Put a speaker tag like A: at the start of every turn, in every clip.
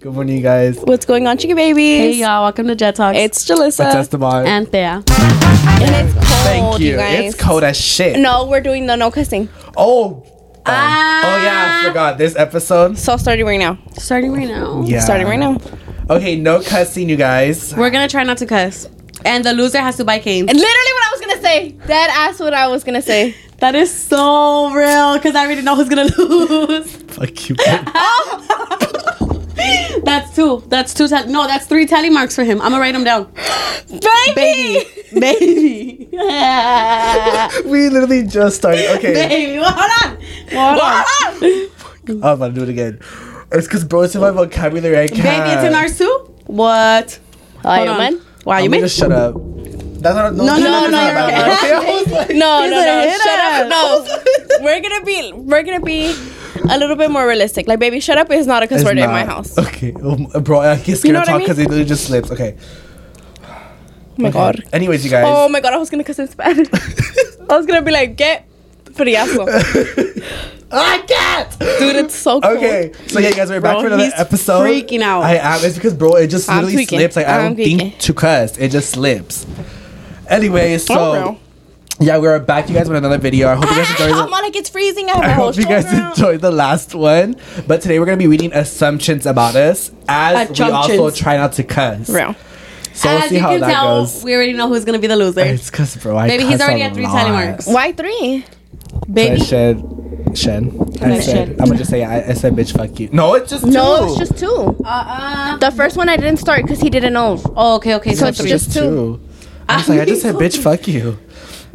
A: Good morning, you guys.
B: What's going on, chicken babies?
C: Hey y'all, welcome to Jet Talks.
B: It's Jalissa.
A: That's the bar.
C: and Thea.
B: and it's cold,
A: Thank
B: you.
A: you.
B: guys.
A: It's cold as shit.
B: No, Ah. we're doing the no cussing.
A: Oh. um, oh yeah, I forgot this episode.
B: So starting right now.
C: Starting right now.
A: Yeah.
B: Starting right now.
A: Ah. Okay, no cussing, you guys.
C: We're gonna try not to cuss. And the loser has to buy canes.
B: Literally what I was gonna say. That ass what I was gonna say.
C: That is so real, because I already know who's gonna lose.
A: Fuck you. bitch.
C: That's two. That's two. Tally- no, that's three tally marks for him. I'm gonna write them down.
B: Baby.
C: Baby.
B: Ah.
A: we literally just started. Okay,
C: Baby. Well, hold on. Well, hold on.
A: Oh, I'm about to do it again. It's because bro, it's in my vocabulary. I can't.
C: Baby, it's in our soup. What?
B: Are
C: Hold
B: you
C: on.
B: man?
C: Why
A: Uh, I'm
C: you
A: gonna
C: made?
A: shut up. That's not. No,
C: no, no, no, you're okay.
B: No, no,
C: like,
B: no.
C: hit
B: Shut up.
C: us.
B: No. we're gonna be we're gonna be a little bit more realistic. Like baby, shut up is not a cuss word in my house. Oh
A: Okay, um, bro, I get scared
B: You
A: to
B: know what I
A: talk
B: mean?
A: because it literally just slips. Okay.
B: my god.
A: Anyways, you guys.
B: Oh my god, I was gonna cuss in Spanish. I was gonna be like, get friasco.
A: I can't.
B: Dude, it's so cool.
A: Okay, so yeah, you guys, we're back
C: Bro,
A: for another
C: he's
A: episode.
C: freaking out.
A: I am. It's because, bro, it just
B: I'm
A: literally
B: tweaking.
A: slips. Like, I
B: I'm
A: don't
B: tweaking.
A: think to cuss. It just slips.
C: Oh,
A: Anyway, so
B: bro.
A: yeah, we are back, you guys, with another video. I hope you guys
B: Ah,
A: enjoyed.
B: I'm
A: The-
B: on like it's freezing. I have
A: I
B: my whole
A: hope you guys
B: shoulder out.
A: enjoyed the last one. But today we're gonna be reading assumptions about us as we also
C: Assumptions.
A: try not to cuss.
B: Real.
A: So we'll
C: As
A: see
C: you
A: how
C: can
A: that
C: tell,
A: goes.
C: we already know who's gonna be the loser.
A: It's cause, bro, I
C: Baby, he's
A: cuss
C: already
A: a
C: at three
A: lot.
C: tally marks.
B: Why three?
C: Baby.
A: I said, Shen. I said,
C: Shen.
A: I'm gonna just say, I, I said, bitch, fuck you. No, it's just
B: No,
A: two.
B: it's just two.
C: Uh-uh.
B: The first one I didn't start because he didn't know.
C: Oh, okay, okay. So
B: So
C: it's
B: it's
C: three.
B: just two.
A: I was like, I just said, bitch, fuck you.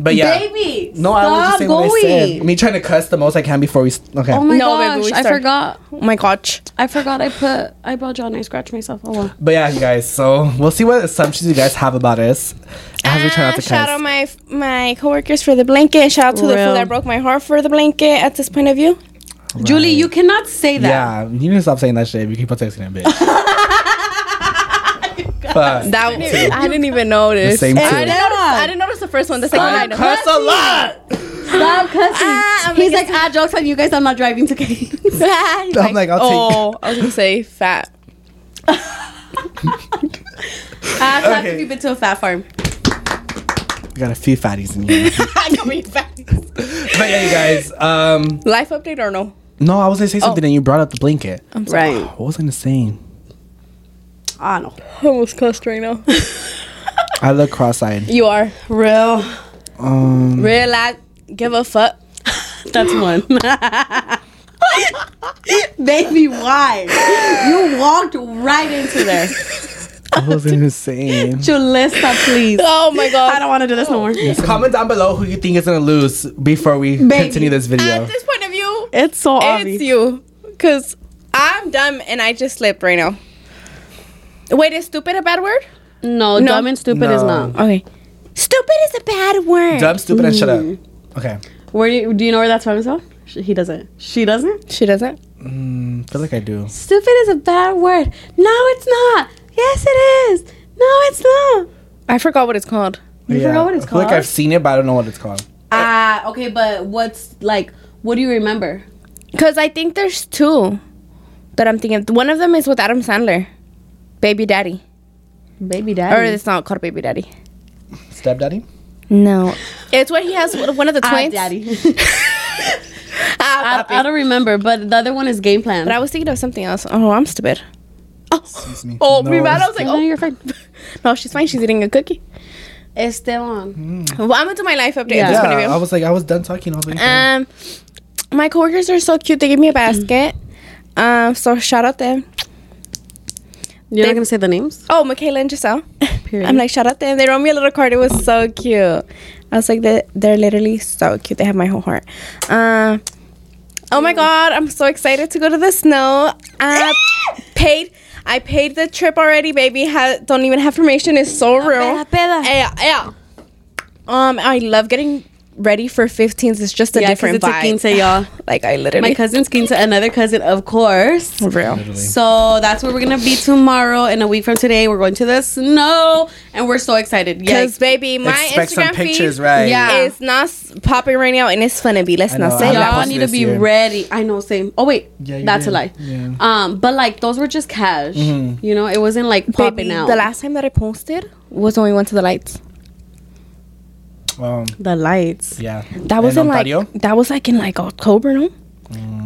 A: But yeah.
C: Baby,
A: no, I was just saying what I said. Me trying to cuss the most I can before we. s- Okay.
C: Oh my
B: No,
C: gosh,
B: baby, we
C: I
B: start-
C: forgot.
B: Oh my gosh.
C: I forgot I put eyebrow gel and I scratched myself. Oh well.
A: but yeah, you guys, so we'll see what assumptions you guys have about us as we try not to
B: Ah, shout out
A: cuss.
B: my my coworkers for the blanket. Shout out to the
C: Real.
B: fool that broke my heart for the blanket. At this point of view,
C: Julie, you cannot say that.
A: Yeah, you need to stop saying that shit. You keep on texting that bitch. Fuck.
B: that I didn't even notice.
A: The same
B: I,
A: two.
B: didn't notice I didn't notice the first one. The second one I
A: I
B: noticed.
A: cuss a lot.
C: Stop cussing.
B: Ah, I'm
C: He's
B: like,
C: like, ah, jokes on you guys. I'm not driving to games.
A: I'm like, I'll take-
B: oh, I was gonna say fat.
C: Ah, so
A: Okay.
C: if you've been to a fat farm.
A: We got a few fatties in here.
B: I can read fat.
A: but yeah, you guys. Um,
B: Life update or no?
A: no, I was gonna
B: Oh.
A: say something, and you brought up the blanket.
C: Right.
A: What was I gonna say?
C: Ah, no.
B: I almost cussed right now.
A: I look cross-eyed.
B: you are
C: Real.
A: Um,
B: real. I give a fuck.
C: That's one. Baby, why? You walked right into there.
A: what was I gonna say?
C: Julissa, please.
B: Oh my god.
C: I don't want to do this no more.
A: Comment down below who you think is gonna lose before we continue this video.
B: At this point of view,
C: It's so
B: it's
C: obvious.
B: you. Because I'm dumb and I just slipped right now. Wait, is stupid a bad word?
C: No, dumb and stupid is
A: No.
C: not.
B: Okay. Stupid is a bad word.
A: Dumb, stupid, and shut up. Okay.
C: Where do you, do you know where that's from, so? He doesn't. She doesn't.
B: She doesn't.
A: Mm, feel like I do.
C: Stupid is a bad word. No, it's not. Yes, it is. No, it's not.
B: I forgot what it's called.
C: You forgot what it's
A: I feel like
C: called?
A: I've seen it, but I don't know what it's called.
C: Ah, okay, but what's like? What do you remember?
B: Because I think there's two that I'm thinking. One of them is with Adam Sandler. Baby Daddy.
C: Baby
B: Or
C: daddy.
B: it's not called Baby Daddy.
A: Stepdaddy?
B: No. Ah, It's when he has one of the twins.
C: I,
B: Ah,
C: Ah, I don't remember, but the other one is game plan.
B: but I was thinking of something else. Oh, I'm stupid.
A: Excuse me.
B: Oh, me bad. I was like,
C: no,
B: oh,
C: you're fine.
B: no, she's fine. She's eating a cookie.
C: Esteban.
B: Well, I'm gonna do my life update.
C: Yeah.
B: at this point of view.
A: Yeah, I was like, I was done talking. I was like,
C: Uh,
B: Um, my coworkers are so cute. They gave me
C: Mm.
B: a basket. Um, so shout out them.
C: You're
B: They-
C: not gonna say the names.
B: Oh, Michaela and Giselle.
C: Period.
B: I'm like shout out them. They wrote me a little card. It was so cute. I was like, they they're literally so cute. They have my whole heart. Um, oh my god, I'm so excited to go to the snow. I paid. I paid the trip already, baby. Ha- don't even have permission. It's so real.
C: peda.
B: Yeah, yeah. Um, I love getting ready for 15s. It's just a
C: Yeah, 'cause
B: different
C: it's a
B: vibe.
C: quince, y'all.
B: Like I literally
C: My cousin's quince, another cousin, of course.
B: for real.
C: So that's where we're gonna be tomorrow. And a week from today, we're going to the snow, and we're so excited. Yeah,
B: Because baby, my
A: Expect
B: Instagram
A: some pictures,
B: feed
A: right?
C: Yeah.
B: is not s- popping right now, and it's gonna be. Let's
A: I know,
B: not say
A: I'm not
C: y'all
A: posted
B: that.
C: need to
A: this
C: be
A: year.
C: ready. I know, same. Oh wait,
A: Yeah, you
C: that's
A: did.
C: a lie.
A: Yeah. Mm-hmm.
C: Um, but like those were just cash. You know, it wasn't like popping
B: Baby,
C: out.
B: the last time that I posted was when we went to the lights.
A: Um,
C: The lights.
A: yeah.
B: That was in,
A: in
B: like
A: Ontario?
B: that was like in like October, no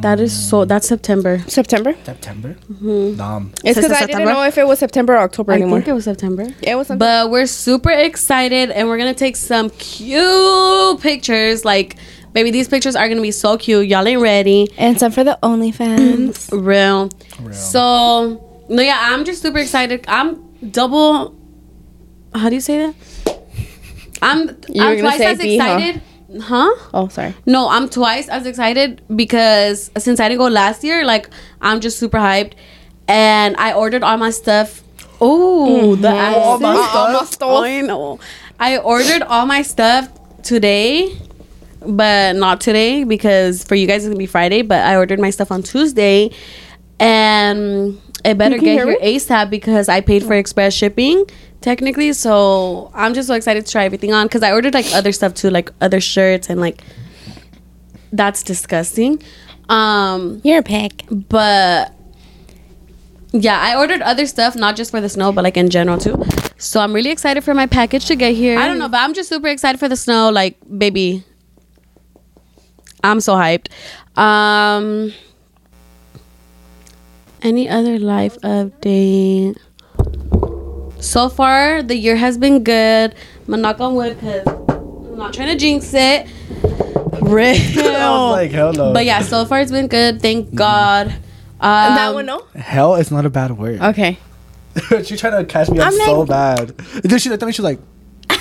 C: That is
A: Mm.
C: so. That's September.
B: September.
A: September.
C: Mm-hmm.
A: Dom.
B: It's
C: Since
B: because I didn't
C: September?
B: know if it was September or October
C: I
B: anymore.
C: think it was September.
B: it was something.
C: But we're super excited and we're gonna take some cute pictures. Like, baby, these pictures are gonna be so cute. Y'all ain't ready.
B: and some for the OnlyFans.
C: Real.
A: Real.
C: So, no, yeah, I'm just super excited. I'm double. How do you say that? I'm,
B: You were
C: I'm
B: gonna
C: twice
B: say
C: as
B: B, huh?
C: excited. Huh?
B: oh, sorry.
C: No, I'm twice as excited because since I didn't go last year, like, I'm just super hyped. And I ordered all my stuff. Oh, the
A: All my
C: accent.
A: stuff.
C: I know. I ordered all my stuff today, but not today because for you guys it's gonna be Friday. But I ordered my stuff on Tuesday, and it better
B: can
C: get
B: hear
C: here ASAP because I paid for express shipping technically. So I'm just so excited to try everything on because I ordered like other stuff too, like other shirts and like that's disgusting. Um,
B: You're a pig.
C: but yeah, I ordered other stuff, not just for the snow, but like in general too. So I'm really excited for my package to get here. I don't know, but I'm just super excited for the snow. Like, baby, I'm so hyped. Um, any other life update? So far, the year has been good. I'm knock on wood because I'm not trying to jinx it. Real.
A: I was like, hell no. Mm.
C: But yeah, so far it's been good. Thank God. Um,
B: that one, no.
A: Hell is not a bad word.
C: Uh,
B: Okay.
A: she tried to catch me up
B: I'm like-
A: so bad. Then she looked at me, she was like,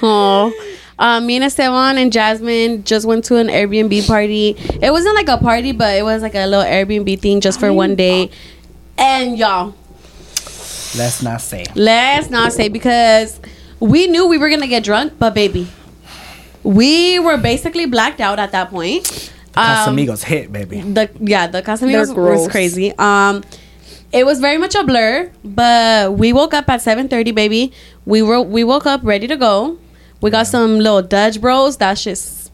C: Aw. Um, me and Esteban and Jasmine just went to an Airbnb party. It wasn't like a party, but it was like a little Airbnb thing just for one day. And y'all,
A: let's not say.
C: let's not say because we knew we were gonna get drunk, but baby, we were basically blacked out at that point. Um,
A: Casamigos hit, baby.
C: the yeah the Casamigos
B: They're
C: was
B: gross.
C: crazy. Um, it was very much a blur, but we woke up at seven thirty, baby. We were we woke up ready to go. We got some little Dutch bros. That shit's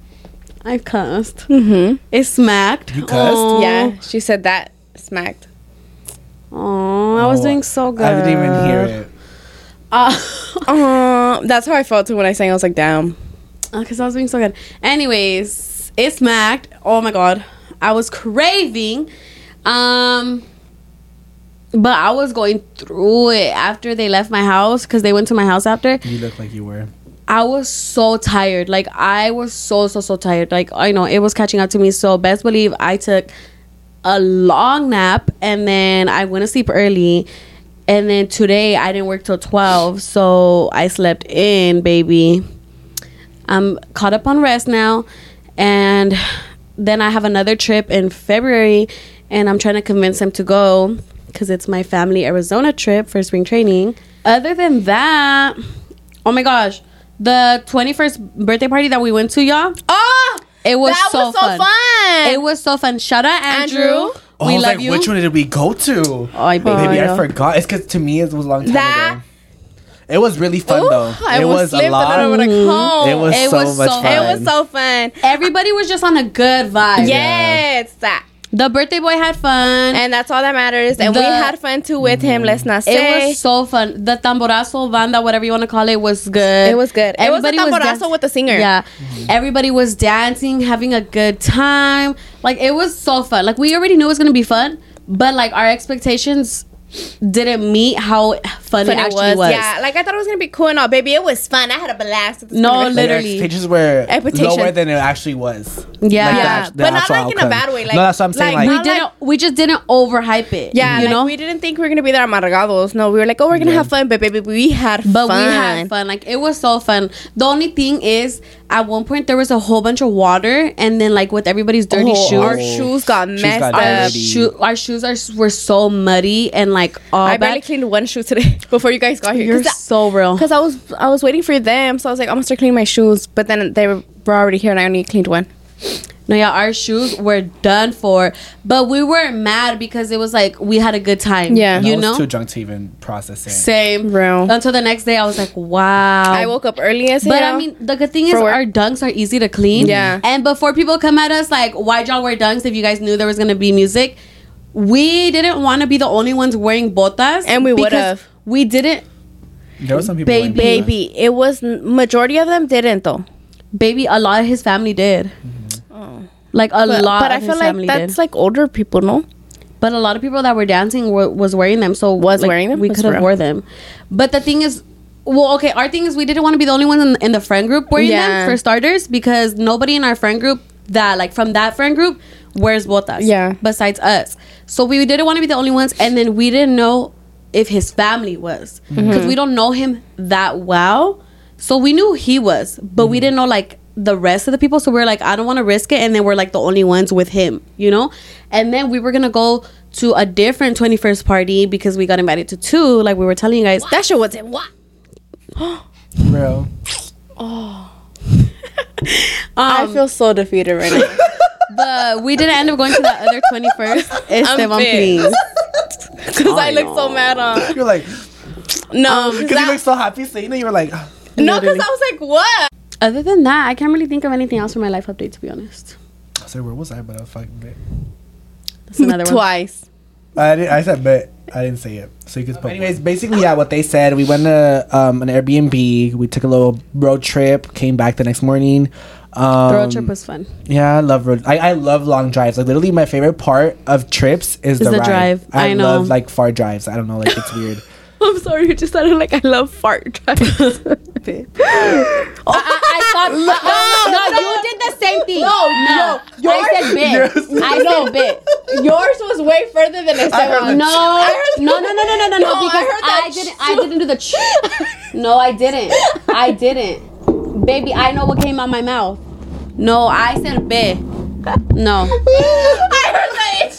C: I cussed.
B: Mm-hmm.
C: It smacked.
A: You cussed?
C: Aw.
B: Yeah, she said that smacked.
C: Aw, I was
A: Oh,
C: doing so good.
A: I didn't even hear it.
C: Uh,
B: Uh, that's how I felt too when I sang. I was like, damn.
C: because Uh, I was doing so good. Anyways, it smacked. Oh my god, I was craving. Um, but I was going through it after they left my house because they went to my house after.
A: You look like you were.
C: I was so tired. Like I was so so so tired. Like I know it was catching up to me. So best believe I took a long nap and then I went to sleep early. And then today I didn't work till twelve, so I slept in, baby. I'm caught up on rest now, and then I have another trip in February, and I'm trying to convince him to go because it's my family Arizona trip for spring training. Other than that, oh my gosh, the 21st birthday party that we went to, y'all,
B: Oh,
C: it was,
B: that
C: so,
B: was so
C: fun.
B: fun.
C: It was so fun. Shout out Andrew,
B: Andrew.
A: Oh,
C: we
A: I was
C: love
A: like,
C: you.
A: which one did we go to?
C: Oh, I bet.
A: Baby,
B: yeah.
A: I forgot. It's because to me, it was a long time
B: That-
A: ago. It was really fun,
B: Ooh,
A: though.
B: I
A: it
B: almost
A: was a
B: slipped
A: lot.
B: and I would've come.
A: It was
C: It
A: so
C: was
A: much
C: so-
A: fun.
B: It was so fun.
C: Everybody was just on a good vibe.
B: Yes, that.
C: The birthday boy had fun.
B: And that's all that matters. And
C: The-
B: we had fun too with him.
A: Mm-hmm.
B: Let's not
C: It
B: say
C: was so fun. The tamborazo banda, whatever you want to call it, was good.
B: It was good. It was a tamborazo
C: dan-
B: with the singer.
C: Yeah, everybody was dancing, having a good time. Like it was so fun. Like we already knew it was gonna be fun, but like our expectations didn't meet how fun, it
B: fun it
C: actually
B: was.
C: was.
B: Yeah, like I thought it was gonna be cool and all, baby. It was fun. I had a blast. At this
C: No,
B: convention.
A: But your
C: literally.
A: expectations were
B: Expectation.
A: lower than it actually was.
C: Yeah.
A: the
C: Yeah,
A: act- the
B: but not,
A: actual
B: like, in a
A: outcome.
B: bad way, like-
A: no, that's what I'm saying.
B: like,
A: Like,
C: we
B: Not
C: didn't.
B: like-
C: we just didn't overhype it.
B: yeah,
C: you
B: like,
C: know.
B: we didn't think we were gonna be there amargados. No, we were like, oh, we're gonna have fun, but baby, we had
C: But
B: fun.
C: we had fun. Like it was so fun. The only thing is, at one point there was a whole bunch of water, and then like with everybody's dirty
B: Oh,
C: shoes,
B: Our shoes got
A: Shoes
B: messed
A: got
B: up.
A: dirty.
C: shoe, our shoes are were so muddy and like all
B: I
C: bad.
B: barely cleaned one shoe today. before you guys got here.
C: You're
B: Cause
C: so real.
B: because I was I was waiting for them, so I was like, I'm gonna start cleaning my shoes. But then they were already here, and I only cleaned one.
C: No, yeah, our shoes were done for, but we weren't mad because it was like we had a good time.
B: Yeah.
A: I
C: you
A: was
C: know.
A: too drunk to even process it.
C: Same.
B: Real.
C: Until the next day, I was like, wow.
B: I woke up early as
C: But I
B: hell.
C: mean, the good thing is
B: For work.
C: our dunks are easy to clean.
B: Yeah.
C: And before people come at us like, why'd y'all wear dunks if you guys knew there was gonna be music? We didn't want to be the only ones wearing botas,
B: And we
C: because
B: would've.
C: We didn't,
A: There were some people. wearing
C: Baby.
A: boots.
B: baby, it was majority of them didn't though.
C: baby. A lot of his family did. Like a
B: Mm-hmm. But,
C: lot
B: but
C: of
B: I
C: his
B: feel like
C: family
B: that's
C: did.
B: like older people, no?
C: but a lot of people that were dancing were, was wearing them. So
B: Was
C: like,
B: wearing them?
C: We
B: Was
C: could have
B: real.
C: wore them. But the thing is, well, okay. Our thing is, we didn't want to be the only ones in, in the friend group wearing
B: Yeah.
C: them for starters, because nobody in our friend group that like from that friend group wears botas.
B: Yeah.
C: Besides us, so we didn't want to be the only ones, and then we didn't know if his family was because
B: Mm-hmm.
C: we don't know him that well. So we knew he was, but
B: Mm-hmm.
C: we didn't know like the rest of the people. So we are like, I don't want to risk it, and then we're like the only ones with him, you know. And then we were gonna go to a different twenty first party because we got invited to two, like we were telling you guys.
B: That shit was in what?
A: Real.
C: Um,
B: I feel so defeated right now.
C: But we didn't end up going to that other twenty first. Esteban,
B: pissed.
C: please.
B: Because I Um, look so mad on.
A: You're like,
B: No, because
A: because you look so happy, so you know you were like, "Ugh."
B: no, because I was like, what?
C: Other than that, I can't really think of anything else for my life update. To be honest,
A: I was like, where was I? But I was fucking bit.
C: that's another one.
B: Twice.
A: I didn't, I said but I didn't say it. So you could. Um, anyways, basically, yeah, what they said. We went to um, an Airbnb. We took a little road trip. Came back the next morning. Um,
C: The road trip was fun.
A: Yeah, I love road. I, I love long drives. Like literally, my favorite part of trips is, the,
C: the
A: ride.
C: drive.
A: I,
C: I know.
A: love like far drives. I don't know, like it's weird.
B: I'm sorry, you just sounded like I love fart drives.
C: I, I, I thought no, you did the same thing. No, no, I said bit. I said bit.
B: Yours was way further than Esteban.
C: No,
B: heard-
C: no, no, no, no, no, no,
B: No, I
C: no, because
B: heard that
C: I, didn't. I didn't do the. Ch- no, I didn't. I didn't. Baby, I know what came out my mouth. No, I said bit. No,
B: I heard that.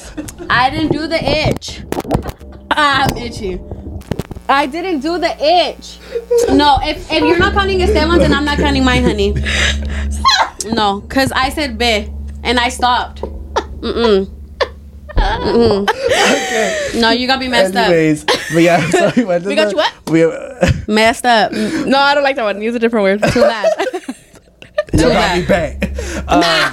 C: I didn't do the itch. I'm itchy. I didn't do the itch. No, if, if you're not counting Esteban, then I'm not counting mine, honey. No, cause I said bit and I stopped. Mm-mm. Mm-mm. No, you got me messed up.
A: anyways, but yeah, so we went. To
B: We got
A: the-
B: you what?
A: We.
C: Messed up. Too
B: No, I don't like that one. Use a different word.
C: bad.
A: you got
C: bad.
A: me back. Um,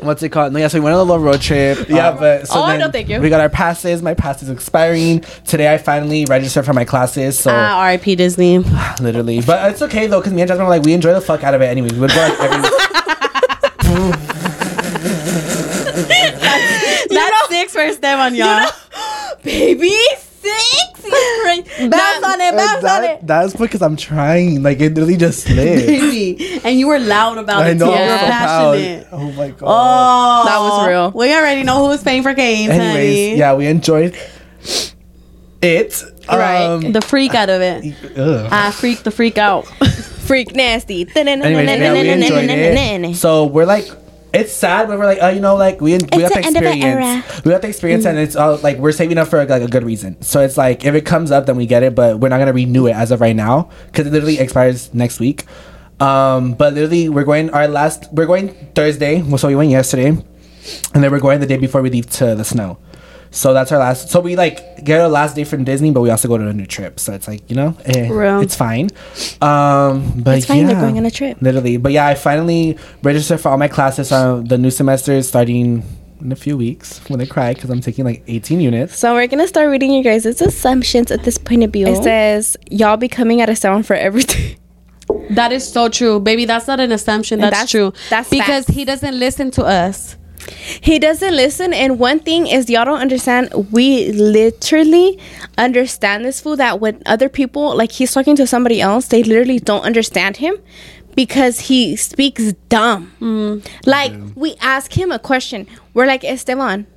A: What's it called? No, yeah, so we went on a little road trip. Yeah, but so
B: Oh,
A: then
B: no, thank you.
A: we got our passes. My pass is expiring today. I finally registered for my classes, so
C: Ah, R.I.P. Disney.
A: literally. But it's okay though, because me and Jasmine were like, we enjoy the fuck out of it anyways. We would go like every.
C: That's six for Esteban, y'all.
B: Baby six. That's on it.
A: And that, that's because I'm trying. Like it literally just slipped.
C: Baby. And you were loud about
A: I
C: it.
A: know.
C: Too.
A: I'm
C: You were
A: so proud.
C: passionate.
A: Oh my god.
C: Oh,
B: That was real.
C: We already know who's paying for games,
A: Anyways,
C: honey.
A: yeah, we enjoyed it.
B: Right.
A: um,
C: the freak out of it.
A: ugh.
C: I freaked the freak out.
B: Ah. Freak nasty.
A: Anyways, yeah, we enjoyed it. So we're like, it's sad, but we're like, oh, you know, like we we have
B: the
A: to
B: end of an era. Mm.
A: experience. We have to experience, and it's all like we're saving up for like a good reason. So it's like if it comes up, then we get it, but we're not gonna renew it as of right now because it literally expires next week. Um, but literally, we're going our last. We're going Thursday. Well, so we went yesterday, and then we're going the day before we leave to the snow. So that's our last. So we like get our last day from Disney, but we also go to a new trip. So it's like you know, eh,
C: Real.
A: it's fine. Um, but
B: It's fine, they're
A: yeah,
B: going on a trip.
A: Literally, but yeah, I finally registered for all my classes. So the new semester is starting in a few weeks. When I cry because I'm taking like 18 units.
B: So we're gonna start reading you guys' assumptions at this point of view. It says y'all be coming at a sound for everything.
C: That is so true, baby. That's not an assumption. That's,
B: that's-
C: true.
B: that's
C: because
B: facts.
C: he doesn't listen to us.
B: He doesn't listen, and one thing is y'all don't understand. We literally understand this fool that when other people like he's talking to somebody else, they literally don't understand him because he speaks dumb. Like we ask him a question, we're like Esteban.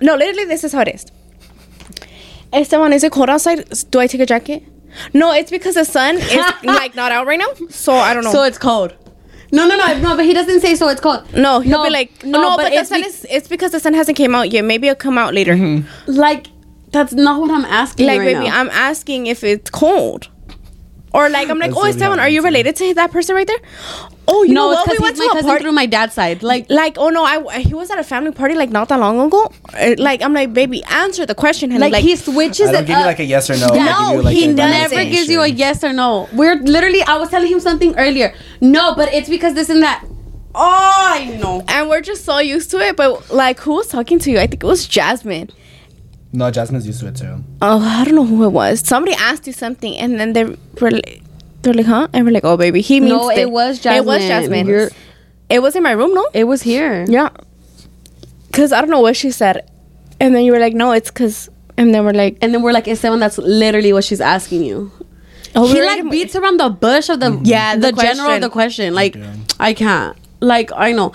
B: No, literally, this is how it is. Esteban, is it cold outside? S- Do I take a jacket? No, it's because the sun is like not out right now, so I don't know.
C: So it's cold. No, no, no, no. But he doesn't say so. It's cold.
B: No, he'll be like, no, but, the
C: it's
B: sun
C: be-
A: Mm-hmm.
B: is, it's because the sun hasn't came out yet. Maybe it'll come out later.
C: like That's not what I'm asking.
B: Like,
C: right
B: baby,
C: now.
B: I'm asking if it's cold. Or like I'm like,
A: That's
B: oh, it's
A: really
B: Esteban,
A: hard
B: are you
A: to
B: related to that person right there? Oh, you know
C: no, it's
B: what? We
C: because
B: went
C: he's
B: to
C: my
B: a
C: cousin
B: party.
C: through my dad's side. Like,
B: like oh no i he was at a family party like not that long ago Uh, like i'm like baby answer the question and
C: like,
B: like
C: he switches
A: I don't
C: it
A: give you
C: up.
A: like a yes or no. I
C: Yeah.
A: give you,
B: No,
A: like,
B: he
A: a
B: doesn't.
C: never
A: validation.
C: gives you a yes or no. We're literally, I was telling him something earlier. No, but it's because this and that. Oh, I know.
B: and we're just so used to it but like who was talking to you i think it was jasmine
A: No, Jasmine's used to it too.
B: oh i don't know who it was somebody asked you something and then they were like, they're like huh and we're like oh baby he means
C: No, it
B: that-
C: was
B: it was jasmine
C: Jasmine. You're-
B: it was in my room no
C: It was here.
B: yeah because i don't know what she said and then you were like no it's because and then we're like
C: And then we're like, Esteban, that's literally what she's asking you.
B: oh
C: he
B: we're
C: like
B: in-
C: beats around the bush of the
B: Yeah,
C: the,
B: the
C: general of
B: question.
C: the question. Like
A: Yeah.
C: I can't. Like I know.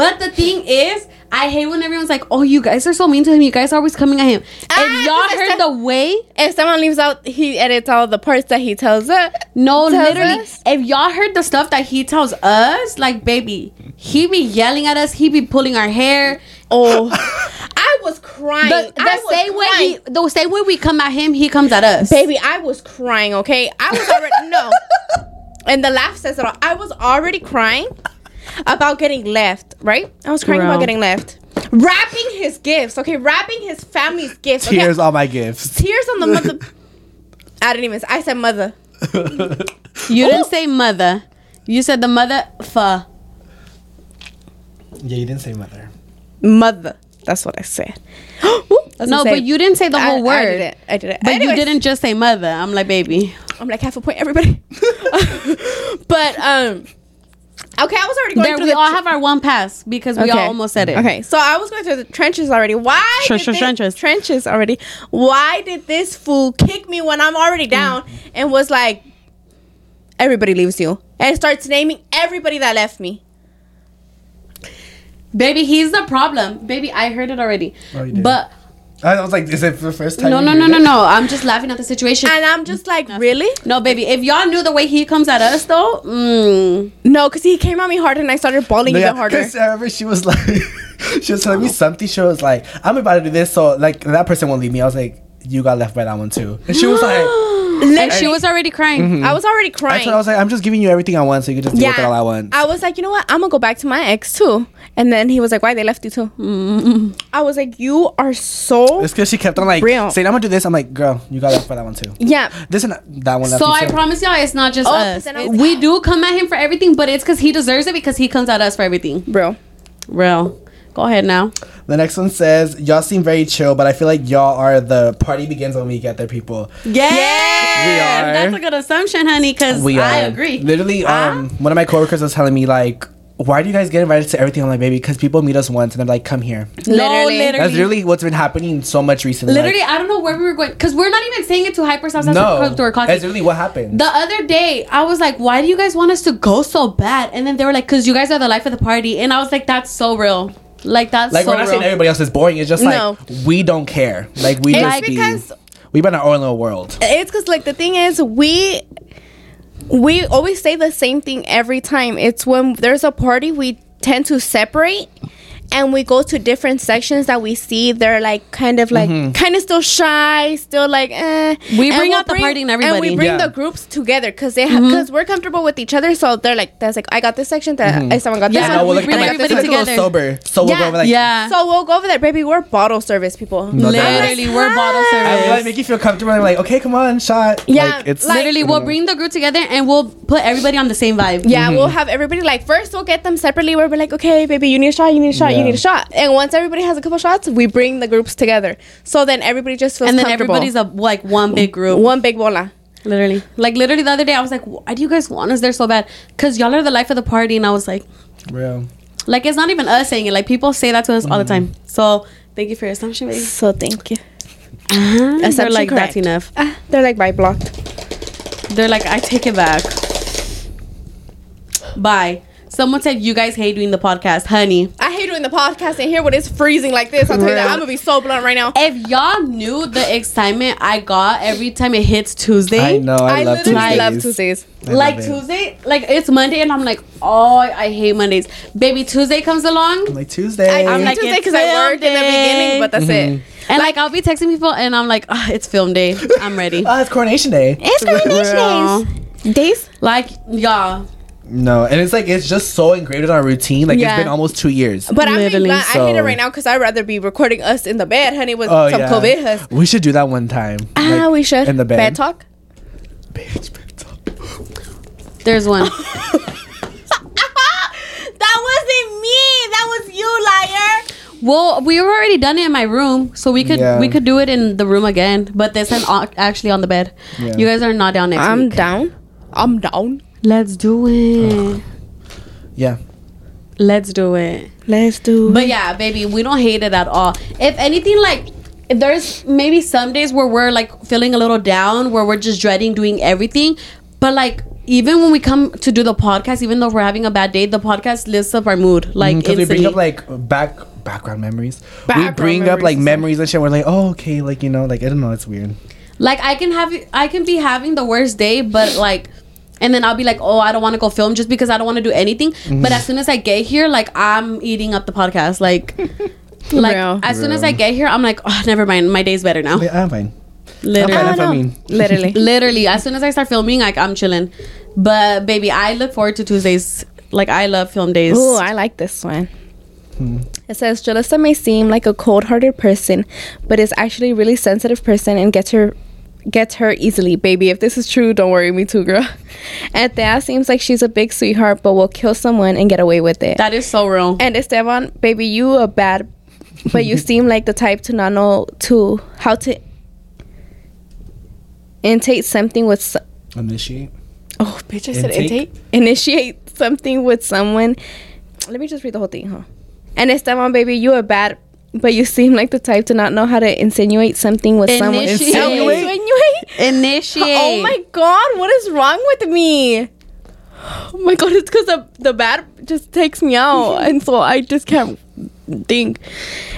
C: But the thing is, I hate when everyone's like, "Oh, you guys are so mean to him. You guys are always coming at him." if
B: Ah,
C: y'all
B: that's
C: heard
B: the-
C: the way,
B: if someone leaves out he edits all the parts that he tells us
C: no,
B: Tells
C: literally,
B: us.
C: if y'all heard the stuff that he tells us, like baby, he be yelling at us. He be pulling our hair.
B: Oh, I was crying.
C: The,
B: I
C: the
B: was
C: same way,
B: crying.
C: he, the same way we come at him, he comes at us.
B: baby, I was crying. Okay, I was already no, and the laugh says it all. I was already crying about getting left. Right, I was crying
C: Girl.
B: about getting left. Wrapping his gifts. Okay, wrapping his family's gifts. Okay,
A: Here's all my gifts.
B: tears on the mother. I didn't even. I said mother.
C: you
A: Oh.
C: didn't say mother. You said the mother. Fuh.
A: Yeah, you didn't say mother.
B: Mother. That's what I said.
C: No, but you didn't say the whole word.
B: I did it. I did it.
C: But
B: Anyways.
C: you didn't just say mother. I'm like, baby.
B: I'm like half a point, everybody. but um, okay, I was already going
C: There,
B: through
C: we
B: the
C: all have our one pass because we all
B: Okay.
C: almost said it.
B: Okay, so I was going through the trenches already. Why
C: Tre-
B: did
C: tre-
B: thi-
C: trenches.
B: trenches already? Why did this fool kick me when I'm already down and was like, everybody leaves you and starts naming everybody that left me.
C: Baby, he's the problem. Baby, I heard it already.
A: Oh, you did.
C: But
A: I was like, is it the first time?
C: no,
A: you
C: no,
A: heard
C: no, no,
A: it?
C: no. I'm just laughing at the situation.
B: And I'm just like, really?
C: no, baby. If y'all knew the way he comes at us, though, mm,
B: No, because he came at me hard and I started bawling
A: No,
B: even
A: yeah,
B: harder.
A: 'cause I remember she was like, she was telling me something. She was like, I'm about to do this, so like that person won't leave me. I was like, you got left by that one too. And she was like,
C: and she was already crying.
A: Mm-hmm.
B: I was already
A: I,
B: crying.
A: told her, I was like, I'm just giving you everything I want, so you can just deal with it all at once.
B: I was like, you know what? I'm gonna go back to my ex too. And then he was like, why they left you too? I was like, you are so
A: It's because she kept on like
B: Real.
A: saying, I'm gonna do this. I'm like, girl, you got left by that one too.
B: yeah.
A: This and that- that one. Left
C: So
A: you,
C: I
A: too.
C: promise y'all, it's not just
B: Oh, but
C: us.
B: then I was-
C: we do come at him for everything, but it's because he deserves it because he comes at us for everything.
B: Bro,
C: Real. Go ahead now.
A: The next one says, y'all seem very chill, but I feel like y'all are the party begins when we get there, people.
C: Yeah,
A: We are.
C: that's a good assumption, honey. Because
A: We
C: I
A: are.
C: agree. Ah.
A: Literally, um, one of my coworkers was telling me like, why do you guys get invited to everything? I'm like, baby, because people meet us once and they're like, come here.
C: No,
B: Literally.
C: literally.
A: That's literally what's been happening so much recently.
C: Literally,
A: like,
C: I don't know where we were going because we're not even saying it to hype ourselves as
A: no,
C: we're co- we're
A: that's
C: talking.
A: literally what happened.
C: The other day, I was like, "Why do you guys want us to go so bad?" And then they were like, "Cause you guys are the life of the party," and I was like, "That's so real. Like that's
A: like
C: so
A: we're not
C: real."
A: saying everybody else is boring. It's just like
B: No.
A: we don't care. Like we
B: It's
A: just be.
B: because-
A: we been our own little world.
B: it's because like the thing is we we always say the same thing every time. It's when there's a party we tend to separate and we go to different sections that we see they're like kind of like
A: Mm-hmm.
B: kind of still shy, still like eh.
C: We
B: And
C: bring
B: we'll
C: out the party in everybody. Mm-hmm.
B: And we bring
A: Yeah.
B: the groups together because they because we're comfortable with each other, so they're like that's like I got this section that I someone got
C: Yeah,
B: this.
A: And I
B: one,
A: will Mm-hmm. look
C: we bring
A: and I
C: everybody
A: feel like a little
C: together.
A: sober, so we'll go over like
C: Yeah.
B: So we'll go over there, baby. We're bottle service people.
C: literally,
B: Like,
C: we're
B: hi.
C: bottle
A: I
C: service.
A: feel like make you feel comfortable. I'm like, okay, come on, shot.
B: Yeah,
A: like, it's
B: like-
C: literally,
A: I
C: we'll
A: don't know.
C: bring the group together and we'll put everybody on the same vibe.
B: Mm. Yeah, we'll
A: Mm-hmm.
B: have everybody like first we'll get them separately where we're like, okay, baby, you need a shot, you need a shot,
A: Yeah.
B: you need a shot. And once everybody has a couple shots, we bring the groups together. So then everybody just feels
C: and then
B: comfortable.
C: everybody's a like one big group.
B: one big bola.
C: Literally, like literally the other day, I was like, "Why do you guys want us there so bad?" Because y'all are the life of the party, and I was like,
A: real.
C: Like it's not even us saying it. Like people say that to us all the time.
A: Mm-hmm.
C: So thank you for your assumption, baby.
B: So thank you.
C: And Uh-huh. They're
B: Assumption
C: like that's
B: correct.
C: enough.
B: Ah, they're like by blocked.
C: They're like I take it back. Bye. Someone said you guys hate doing the podcast, honey.
B: I hate doing the podcast and here when it's freezing like this. I'll tell you that
A: Right.
B: I'm gonna be so blunt right now.
C: If y'all knew the excitement I got every time it hits Tuesday,
A: I know. I,
B: I,
A: love
B: literally
A: Tuesdays.
B: love Tuesdays.
A: I love
C: like
A: it.
C: Tuesday, like it's Monday, and I'm like, oh, I hate Mondays. Baby, Tuesday comes along.
A: Like Tuesday.
B: I do
C: like,
B: Tuesday
C: it's
B: because I worked in the
C: Sunday.
A: Mm-hmm.
B: beginning, but that's it.
C: And like, I'll be texting people, and I'm like, "Ah, it's film day. I'm ready.
A: Oh, it's coronation day.
B: It's
C: Girl.
B: coronation days. Days?
C: like, y'all.
A: No, and it's like it's just so engraved in our routine. Like
C: Yeah.
A: it's been almost two years.
B: But I'm
C: Literally,
B: glad I hate it
A: so-
B: right now because I'd rather be recording us in the bed, honey, with
A: Oh
B: some
A: yeah,
B: COVID hus.
A: we should do that one time.
B: Ah,
A: Like,
B: we should.
A: in the bed.
B: Bed talk?
A: Bitch, bed talk.
C: There's one.
B: That wasn't me. That was you, liar.
C: well, we were already done it in my room, so we could
A: Yeah.
C: we could do it in the room again. But this time, o- actually on the bed.
A: Yeah.
C: You guys are not down next
B: I'm
C: week.
B: down. I'm down.
C: Let's do it.
A: Yeah.
C: Let's do it.
B: Let's do.
C: But yeah, baby, we don't hate it at all. If anything, like if there's maybe some days where we're like feeling a little down, where we're just dreading doing everything. But like even when we come to do the podcast, even though we're having a bad day, the podcast lifts up our mood. Like
A: because Mm, we
C: instantly.
A: bring up like back background memories.
B: Background
A: we bring up like
B: memories.
A: memories and shit. We're like, oh, okay, like you know, like I don't know, it's weird.
C: like I can have I can be having the worst day, but like and then I'll be like, oh, I don't want to go film just because I don't want to do anything. But as soon as I get here, like I'm eating up the podcast. Like, like
B: Real.
C: as soon as I get here, I'm like, oh, never mind, my day's better now.
A: Yeah, I'm fine.
C: Literally,
A: fine,
B: I
A: that's what I
B: know.
A: mean.
B: Literally.
C: literally as soon as i start filming like i'm chilling but baby i look forward to tuesdays like i love film days
B: Ooh, I like this one.
A: Hmm.
B: It says Jalissa may seem like a cold-hearted person, but is actually a really sensitive person and gets her gets her easily. Baby, if this is true, don't worry, me too, girl. Anthea seems like she's a big sweetheart, but will kill someone and get away with it.
C: that is so wrong
B: and Esteban, baby, you a bad, but you seem like the type to not know to how to intake something with. So-
A: Initiate.
B: Oh, bitch, I said
A: Intake?
B: intake. Initiate something with someone. Let me just read the whole thing, huh? And Esteban, baby, you a bad, but you seem like the type to not know how to insinuate something with someone.
C: Initiate.
B: Insinuate? Insinuate?
C: initiate
B: Oh my god, what is wrong with me? Oh my god, it's because the, the bad just takes me out. and so I just can't think.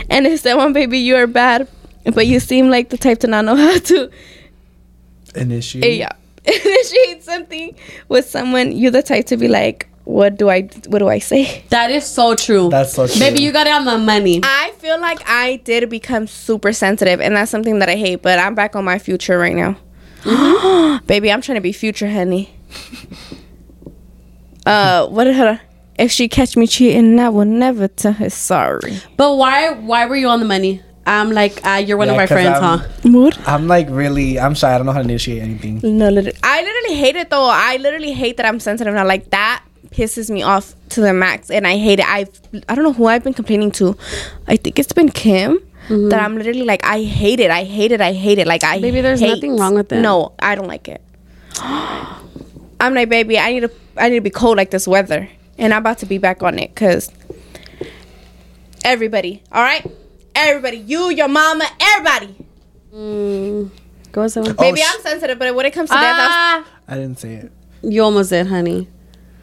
B: And Esteban, baby, you are bad, but you seem like the type to not know how to
A: Initiate.
B: yeah initiate something with someone you're the type to be like what do i what do i say
C: that is so true
A: That's so true.
C: baby you got it on the money
B: i feel like i did become super sensitive and that's something that i hate but i'm back on my future right now baby i'm trying to be future honey uh what did her if she catch me cheating i will never tell her sorry
C: but why why were you on the money i'm like ah, you're one
A: Yeah,
C: of my
A: 'cause
C: friends
A: I'm-
C: huh
B: mood
A: I'm like really. I'm shy. I don't know how to initiate anything.
B: no literally, i literally hate it though i literally hate that i'm sensitive now like that pisses me off to the max and i hate it i've i don't know who i've been complaining to i think it's been kim that i'm literally like i hate it i hate it i hate it like i
C: Mm-hmm. Baby, there's
B: hate-
C: nothing wrong with it.
B: no i don't like it i'm like baby i need to i need to be cold like this weather and i'm about to be back on it because everybody all right everybody you your mama everybody
C: mm. go so
B: baby
A: Oh, sh-
B: i'm sensitive but when it comes to that that's
C: ah,
A: I didn't say it.
C: you almost did honey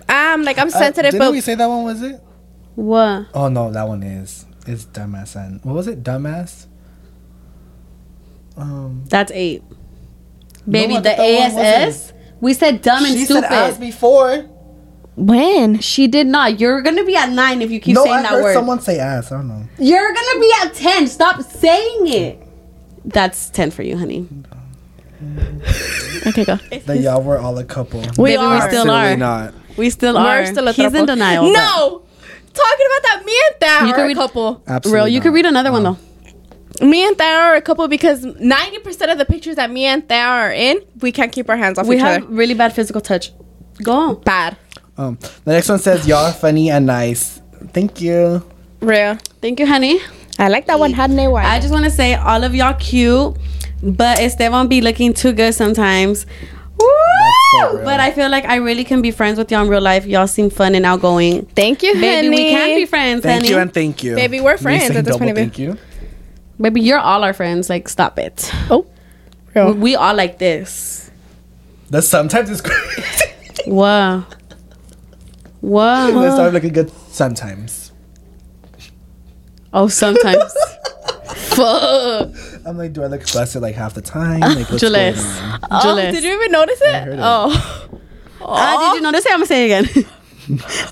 B: I'm like I'm
A: Uh,
B: sensitive,
A: didn't
B: but
A: we say that one? Was it?
C: what
A: Oh no, that one is. It's dumbass and what was it? Dumbass. Um.
C: that's eight baby
A: I
C: the
A: thought that one wasn't.
C: ass we said dumb and
A: she
C: stupid
A: said ass before.
B: when
C: She did not. You're gonna be at nine if you keep
A: no,
C: saying
A: I
C: that
A: heard
C: word.
A: someone say ass. I don't know.
C: You're gonna be at ten. Stop saying it. That's ten for you, honey.
B: okay go
A: That y'all were all a couple.
B: we
C: Baby,
B: are
C: we
A: Absolutely
C: still are.
A: not.
C: We still
B: We're
C: are.
B: still a
C: He's in
B: couple.
C: denial.
B: No, talking about that, me and Thad
C: You
B: are
C: can
B: a
C: read-
B: couple.
C: but-
A: Absolutely.
C: real. You
A: not. Um,
C: could read another one though.
B: Me and Thad are a couple because ninety percent of the pictures that me and Thad are in, we can't keep our hands off
C: We
B: each
C: have
B: other.
C: really bad physical touch. Go. on.
B: Bad,
A: Um, the next one says y'all are funny and nice. Thank you.
B: real.
C: Thank you, honey.
B: I like that one. Had no
C: I just want to say all of y'all cute, but Esteban be looking too good sometimes. Woo!
A: so real.
C: but I feel like I really can be friends with y'all in real life. Y'all seem fun and outgoing.
B: Thank you,
C: Baby,
B: honey.
C: we can be friends,
A: Thank
C: honey.
A: you and thank you.
B: Baby, we're
A: Me
B: friends
A: saying
B: at this
A: double
B: point of
A: Thank you.
C: Baby, you're all our friends. Like, stop it.
B: Oh,
C: We,
B: real.
C: we all like this.
A: That sometimes is crazy.
C: Wow.
A: That
C: Wow.
A: started looking good sometimes.
C: Oh, sometimes. Fuck.
A: I'm like, do I look busted like half the time? Like, what's
C: Jules.
A: going on?
B: Oh,
C: Jules.
B: did you even notice it?
A: heard it.
B: Oh,
C: Ah, did you notice it? I'm going to say it again.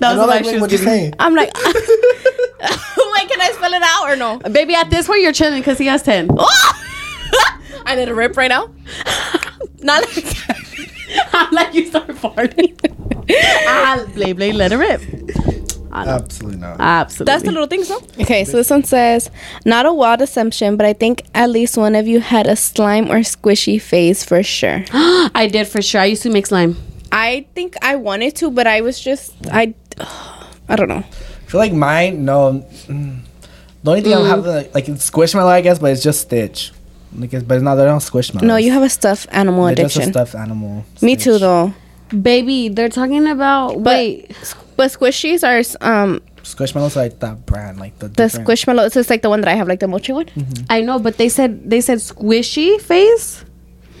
C: that was
A: And I'm
C: my
A: like, wait,
C: shoes.
A: what'd you
C: giving.
A: say?
B: I'm like, oh, wait, can I spell it out or no?
C: Baby, at this point, you're chilling because he has 10.
A: Oh.
B: I need a rip right now. Not
C: I'm like, you start farting. ah, blame, blame, let it rip.
A: Absolutely not.
C: Absolutely.
B: That's the little things, though. Okay, so this one says, not a wild assumption, but I think at least one of you had a slime or squishy phase for sure.
C: I did for sure. I used to make slime.
B: I think I wanted to, but I was just I, I don't know.
A: I feel like mine, no. mm. The only thing I have, like, like it's Squishmallow, I guess, but it's just Stitch. Like, it's, but it's not, they're not Squishmallows.
B: No, you have a stuffed animal
A: They're just a
B: addiction.
A: stuffed animal.
B: Me
A: Stitch.
B: too, though.
C: Baby, they're talking about.
B: But,
C: wait.
B: but squishies are s- um
A: Squishmallows are like that brand, like the
B: the
A: different-
B: squishmallow. It's just like the one that I have, like the mochi one.
A: Mm.
C: I know, but they said they said squishy face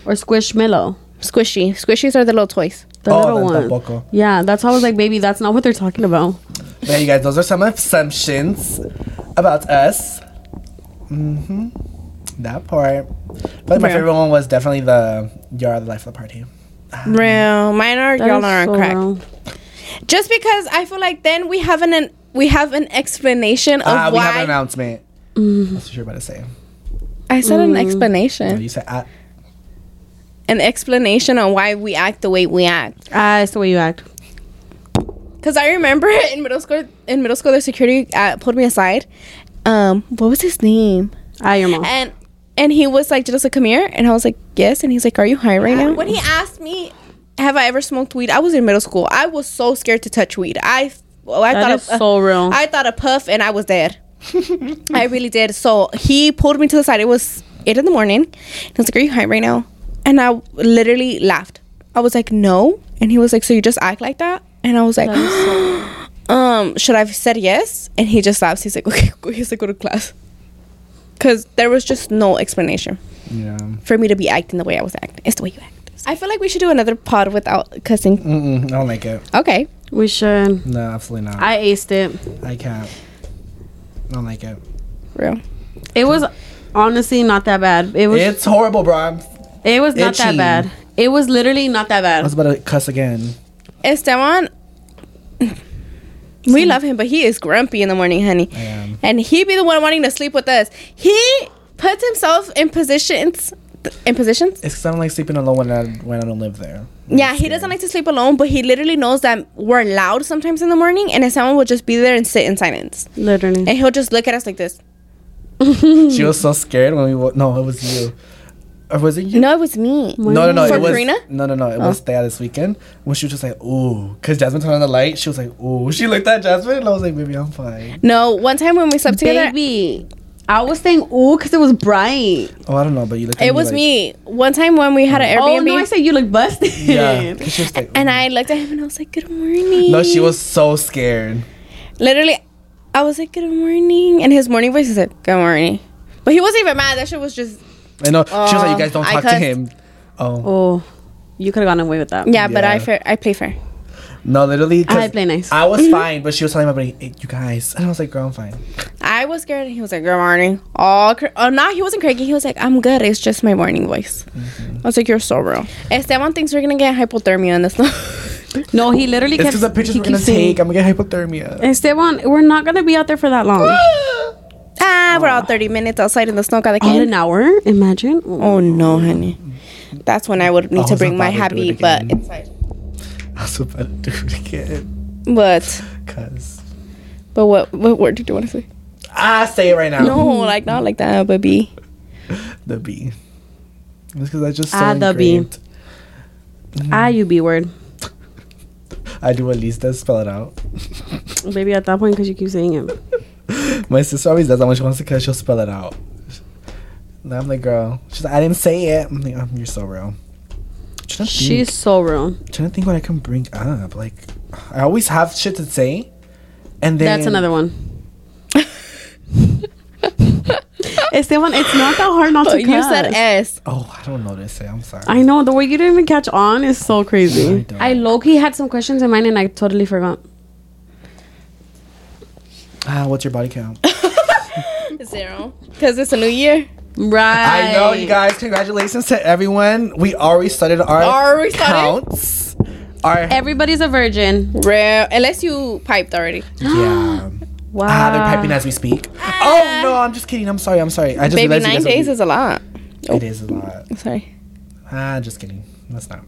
C: or squishmallow.
B: Squishy. Squishies are the little toys.
C: The
A: Oh,
C: little
A: the- the
C: one.
A: buckle.
C: Yeah, that's how I was like, baby, that's not what they're talking about.
A: Yeah, you guys, those are some assumptions about us. hmm That part. But my
B: Yeah.
A: favorite one was definitely the You Are the Life of the Party.
B: Real. Mine are
C: That
B: y'all
C: is
B: are on
C: so
B: crack.
C: wrong.
B: Just because I feel like then we have an, an we have an explanation of
A: Ah, we have an uh,
B: why.
A: announcement. That's what you're about to say.
B: I said an
A: Mm. No,
B: explanation.
A: you said, ah,
B: An explanation on why we act the way we act.
C: Ah, it's the way you act.
B: Cause I remember in middle school, in middle school, the security uh, pulled me aside. Um, what was his name?
C: Ah, your mom.
B: And and he was like, "Just come here," and I was like, "Yes." And he's like, "Are you high right now?" When he asked me, "Have I ever smoked weed?" I was in middle school. I was so scared to touch weed. I well, I
C: That
B: thought
C: is so real.
B: I thought a puff, and I was dead. I really did. So he pulled me to the side. It was eight in the morning. He was like, "Are you high right now?" And I literally laughed. I was like, "No," and he was like, "So you just act like that?" And I was like, "Um, should I have said yes?" And he just laughs. He's like, "Okay, go." he's like, "Go to class," because there was just no explanation
A: yeah.
B: for me to be acting the way I was acting. It's the way you act. I feel like we should do another pod without cussing.
A: Mm-mm, I don't like it.
B: Okay.
C: We should.
A: No, absolutely not. I,
C: I aced it.
A: can't. I don't like it.
B: Real.
C: It was honestly not that bad. It was.
A: It's horrible, bro. I'm-
C: it was not
A: itchy.
C: that bad. It was literally not that
A: I was
C: bad.
A: about to cuss again.
B: Esteban, we love him, but he is grumpy in the morning, honey.
A: I am.
B: And he be the one wanting to sleep with us. He puts himself in positions. In positions?
A: It's 'cause I don't like sleeping alone when I, when I don't live there.
B: Yeah, he doesn't like to sleep alone, but he literally knows that we're loud sometimes in the morning, and Esteban will just be there and sit in silence.
C: Literally.
B: And he'll just look at us like this.
A: She was so scared when we. Wa- no, it was you. Or was it you?
B: No, it was me.
A: No, no, no.
B: For
A: it was,
B: Karina? Oh.
A: No, no, no. It was Thea this weekend when she was just like, ooh. Because Jasmine turned on the light. She was like, ooh. She looked at Jasmine and I was like, baby, I'm fine.
B: No, one time when we slept together,
C: Baby, I was saying ooh because it was bright.
A: Oh, I don't know, but you looked at
B: It was
A: like-
B: me. One time when we had an
C: Oh
B: Airbnb,
C: no, I said you look busted.
A: Yeah. 'cause she was like,
B: and
A: "Ooh."
B: I looked at him and I was like, "Good morning."
A: No, she was so scared.
B: literally. I was like, "Good morning," and his morning voice is like, "Good morning," but he wasn't even mad. That shit was just
A: I know. she was like,
B: Oh,
A: you guys don't
B: I
A: talk to
B: cussed.
A: him. Oh.
C: Oh, you could have gotten away with that.
B: yeah. But I
A: Yeah.
B: fair, I play fair.
A: No, literally. 'cause
C: I play nice.
A: I was
B: Mm-hmm.
A: fine, but she was telling my buddy, hey, you guys. And I was like, girl, I'm fine.
B: I was scared, and he was like, "Good morning." All cr- oh, no, he wasn't cranky. He was like, "I'm good. It's just my morning voice."
A: Mm-hmm.
B: I was like, "You're so real." Esteban thinks we're gonna get hypothermia in this.
C: No, he literally
A: It's
C: kept.
A: because the pictures
C: he
A: we're going to
C: keeps saying,
A: take. I'm going to get hypothermia.
C: Esteban, we're not gonna be out there for that long.
B: ah, we're all 30 minutes outside in the snow. Cada
C: All
A: Oh,
B: quien.
C: an hour? Imagine.
A: Mm-hmm.
B: Oh no, honey. That's when I would need
A: I
B: to
A: was
B: bring my
A: about to do
B: happy
A: it
B: butt
A: again.
B: inside.
A: I was about to do it again.
B: But
A: Because.
B: but what what word did you want to say?
A: I ah, say it right now.
B: No, like not like that, but B.
A: The B. It's because I just so
C: Ah, the B.
A: engraved.
C: Ah, you B word.
A: I do at least does spell it out.
C: Baby, at that point, because you keep saying it.
A: My sister always does that when she wants to cut, she'll spell it out. And I'm like, girl. She's like, I didn't say it. I'm like, oh, you're so real. Trying to, think,
C: She's so real.
A: trying to think what I can bring up. Like, I always have shit to say. And then
C: That's another one. Esteban, it's not that hard not to
B: you said
C: cuss.
B: S.
A: Oh, I don't know this. I'm sorry.
C: I know the way you didn't even catch on is so
A: I
C: crazy.
A: don't.
C: I, low key had some questions in mind and I totally forgot.
A: ah, what's your body count?
B: Zero. Because it's a new year.
C: Right.
A: I know, you guys. Congratulations to everyone. We already started our
B: Already started?
A: counts. Our
C: Everybody's a virgin.
B: Rare. Unless you piped already.
A: yeah.
C: Wow.
A: Ah, they're piping as we speak. Oh no, I'm just kidding. I'm sorry. I'm sorry. I just
B: Baby,
A: realized you
B: Ah. nine
A: guys are-
B: days is a lot.
A: it is a lot.
B: Sorry.
A: Ah, just kidding. That's not.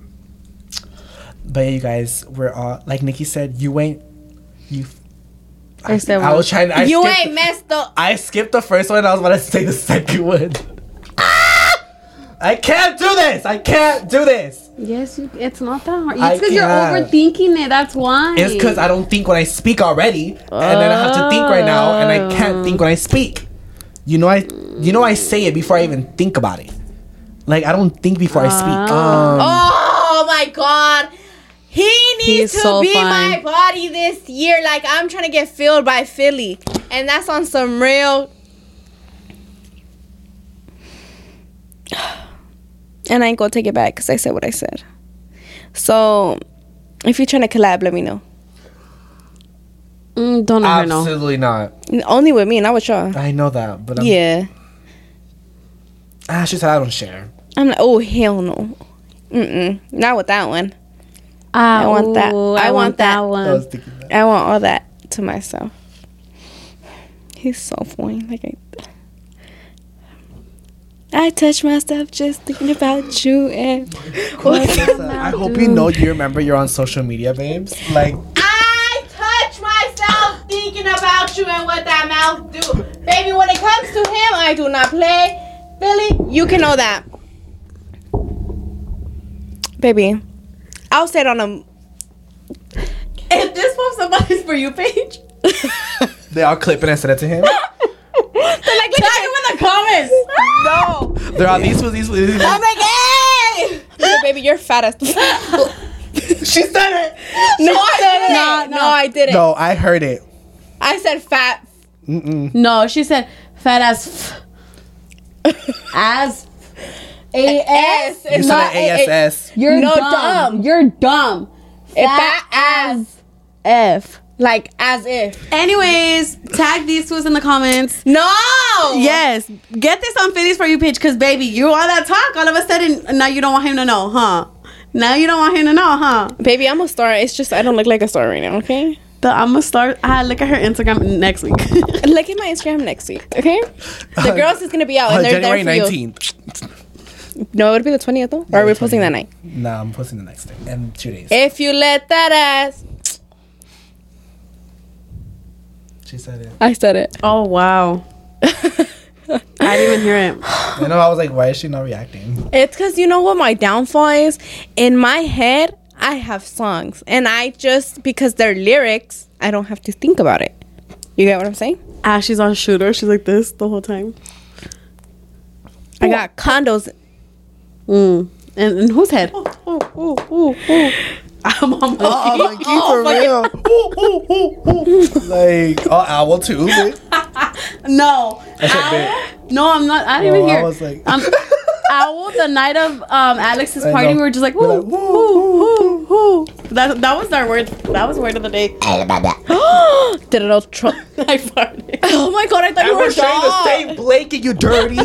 A: But yeah, you guys, we're all like Nikki said. You ain't. You.
C: I said
A: I
C: what?
A: was trying. I
B: you
A: skipped,
B: ain't messed up.
A: I skipped the first one. I was about to say the second one.
B: Ah!
A: I can't do this. I can't do this.
C: Yes, you, it's not that hard.
A: I
C: It's because you're
A: can't.
C: overthinking it. That's why.
A: It's because I don't think when I speak already, and then I have to think right now, and I can't think when I speak. You know, I you know I say it before I even think about it. Like I don't think before I speak.
B: Ah.
A: Um,
B: Oh my god. He needs
C: He's
B: to
C: so
B: be my
C: fine.
B: body this year. Like I'm trying to get filled by Philly. And that's on some real And I ain't gonna take it back because I said what I said. So if you're trying to collab, let me know.
C: Mm, don't let her know.
A: Absolutely not.
B: Only with me, not with y'all.
A: I know that, but I'm,
B: Yeah.
A: Ah, she said I don't share.
B: I'm like, oh hell no. Mm-mm. Not with that one.
C: Ah, I
B: want that. I want that.
A: I
C: one.
A: was thinking that.
B: I want all that to myself. He's so fine. Like I, I touch myself just thinking about you and
A: I hope you know you remember you're on social media, babes. Like
D: I touch myself thinking about you and what that mouth do. Baby, when it comes to him, I do not play.
B: Billy. You can know that, baby. I'll say it on a.
D: If this was somebody's for you page,
A: they all clipping and send it to him.
B: They're like, look at
D: in the comments. No.
A: They're all these was these was. these was-
D: like, hey!
B: Like, baby, you're fat as. no,
A: She said it.
B: I didn't. No, I didn't.
A: No, I heard it.
B: I said fat.
C: No, she said fat as f- as a
A: You
B: It's
C: s.
A: said
B: not
A: the
B: a- a-
A: ASS.
C: You're
B: No,
C: dumb.
B: dumb.
C: You're dumb.
B: If fat as
C: F.
B: like as if.
C: Anyways, tag these fools in the comments.
B: No.
C: Yes, get this on Phillies for you pitch, cause baby, you all that talk. All of a sudden, now you don't want him to know, huh? Now you don't want him to know, huh?
B: Baby, I'm a star. It's just I don't look like a star right now. Okay.
C: The I'ma start. I look at her Instagram next week.
B: Look at my Instagram next week, okay? The girls is gonna be out
A: Uh,
B: and they're
A: January
B: there for
A: nineteenth.
B: you. No, it'll be the twentieth though. Or are we
A: the
B: posting that night?
A: No, I'm posting the next day in two days.
B: If you let that ass,
A: she said it.
B: I said it.
C: oh wow, I didn't even hear it.
A: I know. I was like, why is she not reacting?
B: It's because you know what my downfall is? In my head, I have songs. And I just, because they're lyrics, I don't have to think about it. You get what I'm saying?
C: Ashley's on shooter. Ah, She's like this the whole time.
B: I got condos.
C: Mm. And, and whose head? Oh, oh, oh, oh, oh. I'm on my
A: Oh, like you for real. Ooh, ooh, ooh, ooh. Like, oh, owl too. bitch.
C: No.
A: I said,
C: Owl? No, I'm not. I didn't
A: No,
C: even hear.
A: Oh, I was like-
C: um, Owl, the night of um, Alex's
A: I
C: party,
A: know.
C: we were just like,
A: We're
C: woo,
A: like, woo,
C: woo, woo, woo. That, that was our word. That was word of the day.
B: Did it all tr-
C: I farted.
B: Oh my god, I thought you
A: And
B: were
A: we're
B: a
A: sharing the
B: dog.
A: same blanket, you dirty.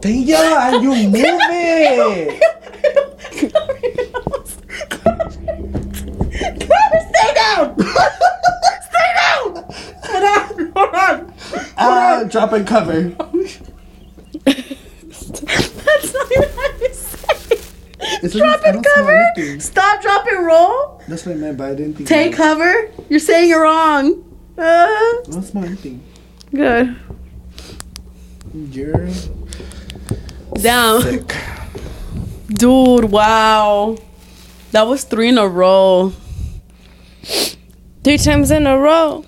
A: Damn, you move it. Stay down. Stay down. Sit down. Hold on. Ah, drop and cover.
C: That's not even how you say it.
A: It's
C: Drop
A: like- I
C: and
A: don't smell
C: cover.
A: anything.
C: Stop, drop, and roll.
A: That's what I meant, but I didn't think.
C: Take cover. You're saying it wrong. Uh,
A: That's my thing.
C: good.
A: You're
C: Down. Dude, wow. That was three in a row.
B: Three times in a row.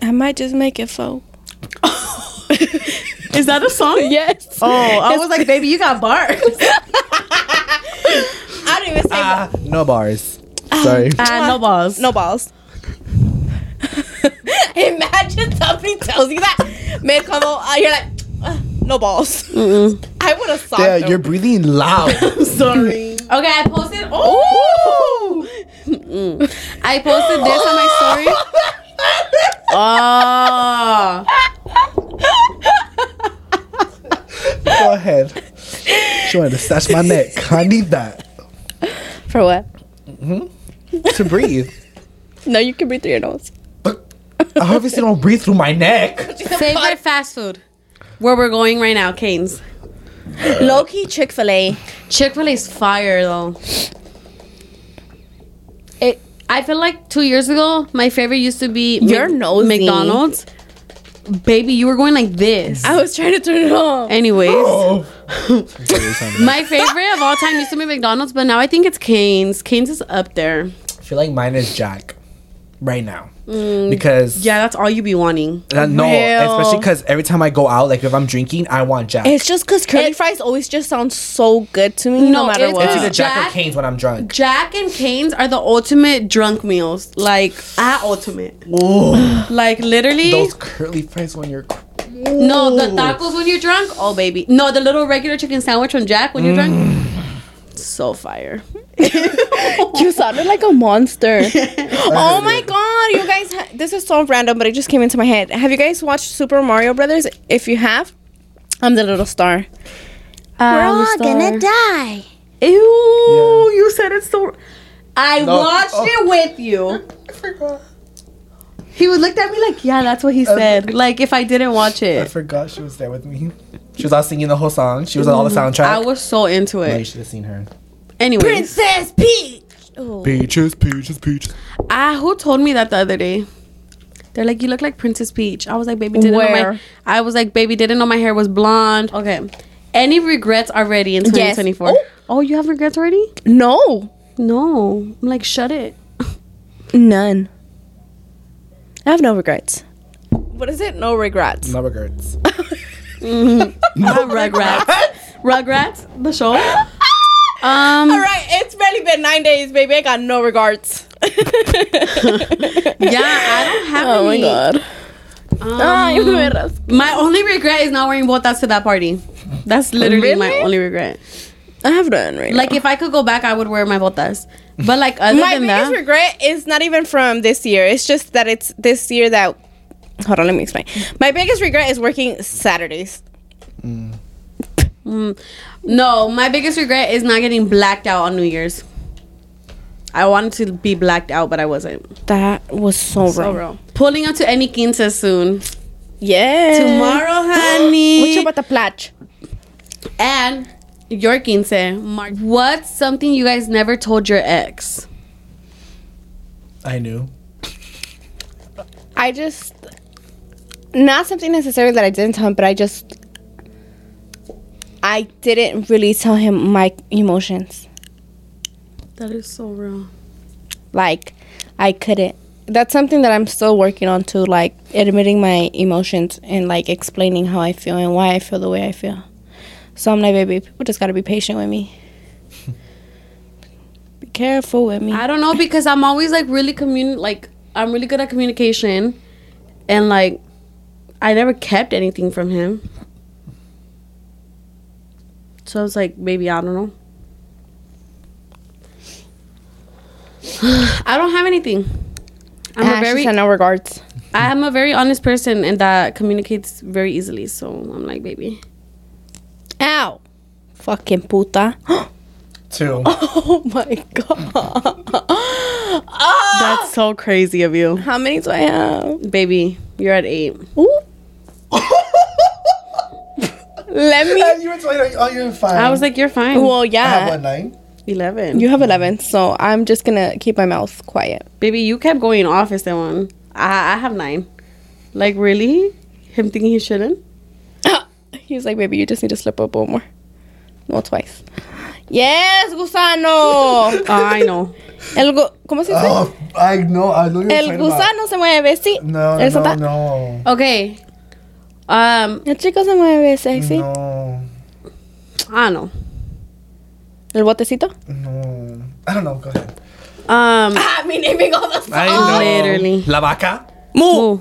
B: I might just make it four.
C: Is that a song?
B: Yes.
C: Oh, I was like, baby, you got bars.
B: I don't even say
A: ah, no bars. Sorry.
C: Uh, no balls.
B: No balls. Imagine somebody tells you that mid combo, uh, you're like, "Ugh, no balls. I would have sobbed.
A: Yeah,
B: though.
A: you're breathing loud.
C: Sorry. Okay, I posted. Oh. Mm. I posted this on my story. Oh.
A: Go ahead. She wanted to snatch my neck. I need that
B: for what?
A: to breathe.
B: No, you can breathe through your nose.
A: I obviously don't breathe through my neck.
C: Favorite fast food. Where we're going right now, Canes.
B: Low key Chick Fil A.
C: Chick Fil A's fire though. It. I feel like two years ago, my favorite used to be
B: You're nosy.
C: McDonald's. Baby, you were going like this.
B: I was trying to turn it off.
C: Anyways,
A: Oh.
C: my favorite of all time used to be McDonald's, but now I think it's Canes. Canes is up there.
A: I feel like mine is Jack right now.
C: Mm,
A: Because
C: Yeah, that's all you be wanting.
A: Uh, no,
B: Real.
A: especially because every time I go out, like if I'm drinking, I want Jack.
B: It's just because curly fries always just sound so good to me, no,
C: No,
B: matter
C: it's
B: what.
A: it's either
C: uh,
A: Jack, or
C: Jack-
A: Canes when I'm drunk.
C: Jack and Canes are the ultimate drunk meals. Like at ultimate.
A: Ooh,
C: Like literally.
A: those curly fries when you're.
C: no, the tacos when you're drunk. Oh baby. No, the little regular chicken sandwich from Jack when you're drunk. So fire.
B: Mm. You sounded like a monster. oh my god, you guys! Ha- this is so random, but it just came into my head. Have you guys watched Super Mario Brothers? If you have, I'm the little star. Ah,
C: We're all gonna die. Ew, you said it's so. I
A: No.
C: watched
A: Oh.
C: it with you.
A: I forgot.
C: He would looked at me like, yeah, that's what he
B: Uh,
C: said. Like if I didn't watch
A: I
C: it,
A: forgot she was there with me. She was all singing the whole song. She was on all the soundtrack.
C: I was so into
A: Yeah, you
C: it.
A: should have seen her.
C: Anyway,
B: Princess Peach. Ooh.
A: Peaches, peaches, peaches.
C: Ah, who told me that the other day? They're like, you look like Princess Peach. I was like, baby, didn't know
B: Where?
C: my. I was like, baby, didn't know my hair was blonde. Okay. Any regrets already in
B: Yes.
C: 2024?
B: Oh.
C: Oh, you have regrets already?
B: No,
C: No. I'm like, shut it.
B: none. I have no regrets. What is it? No regrets.
A: No regrets.
C: Not Rugrats. Rugrats, the show. Um,
B: All right, it's barely been nine days, baby. I got no regrets. yeah,
C: Yeah, I don't have
B: Oh my
C: any.
B: god. Ay,
C: um,
B: me rasqué.
C: my only regret is not wearing botas to that party. That's literally my
B: Really?
C: only regret.
B: I have none right
C: Like, if I could go back, I would wear my botas. But like, other
B: my
C: than
B: biggest
C: that,
B: regret is not even from this year. It's just that it's this year that. Hold on, let me explain. My biggest regret is working Saturdays.
C: Mm, no, my biggest regret is not getting blacked out on New Year's. I wanted to be blacked out, but I wasn't.
B: That was so,
C: So wrong. Pulling up to any quince soon.
B: Yeah.
C: Tomorrow,
B: What you
C: honey.
B: about the platch?
C: and your quince. March. What's something you guys never told your ex?
A: I knew.
B: I just. Not something necessarily that I didn't tell him, but I just. I didn't really tell him my emotions.
C: That is so real.
B: Like, I couldn't. That's something that I'm still working on too, like admitting my emotions and like explaining how I feel and why I feel the way I feel. So I'm like, baby, people just gotta be patient with me. be careful with me.
C: I don't know because I'm always like really commun like I'm really good at communication, and like I never kept anything from him. So I was like, baby, I don't know. I don't have anything. I'm a very
B: no regards.
C: I am a very honest person and that communicates very easily. So I'm like, baby.
B: Ow. Fucking puta.
A: Two.
B: oh my god. Ah!
C: That's so crazy of you.
B: how many do I have?
C: Baby, you're at eight.
B: Ooh. Let me
A: you were telling oh, you're fine. Ah,
C: I was like, you're fine.
B: Well yeah.
A: nine.
C: Eleven.
B: You have eleven, so I'm just gonna keep my mouth quiet.
C: Baby, you kept going off as that one. I, I have nine. Like, really? Him thinking he shouldn't?
B: he was like, baby, you just need to slip up one more. No, twice. Yes, gusano.
C: Oh, I know.
B: El gu- ¿Cómo se dice?
A: Ah, Oh, I know. I know you
B: El gusano se mueve, sí.
A: No,
B: El sata-
A: no,
C: Okay. Um,
B: El chico se mueve, sexy.
A: no,
C: I don't know.
B: El botecito.
A: no. I don't know. Go ahead.
C: Um,
B: Ah, me naming all the
A: I know.
C: Literally.
A: La vaca.
C: Moo.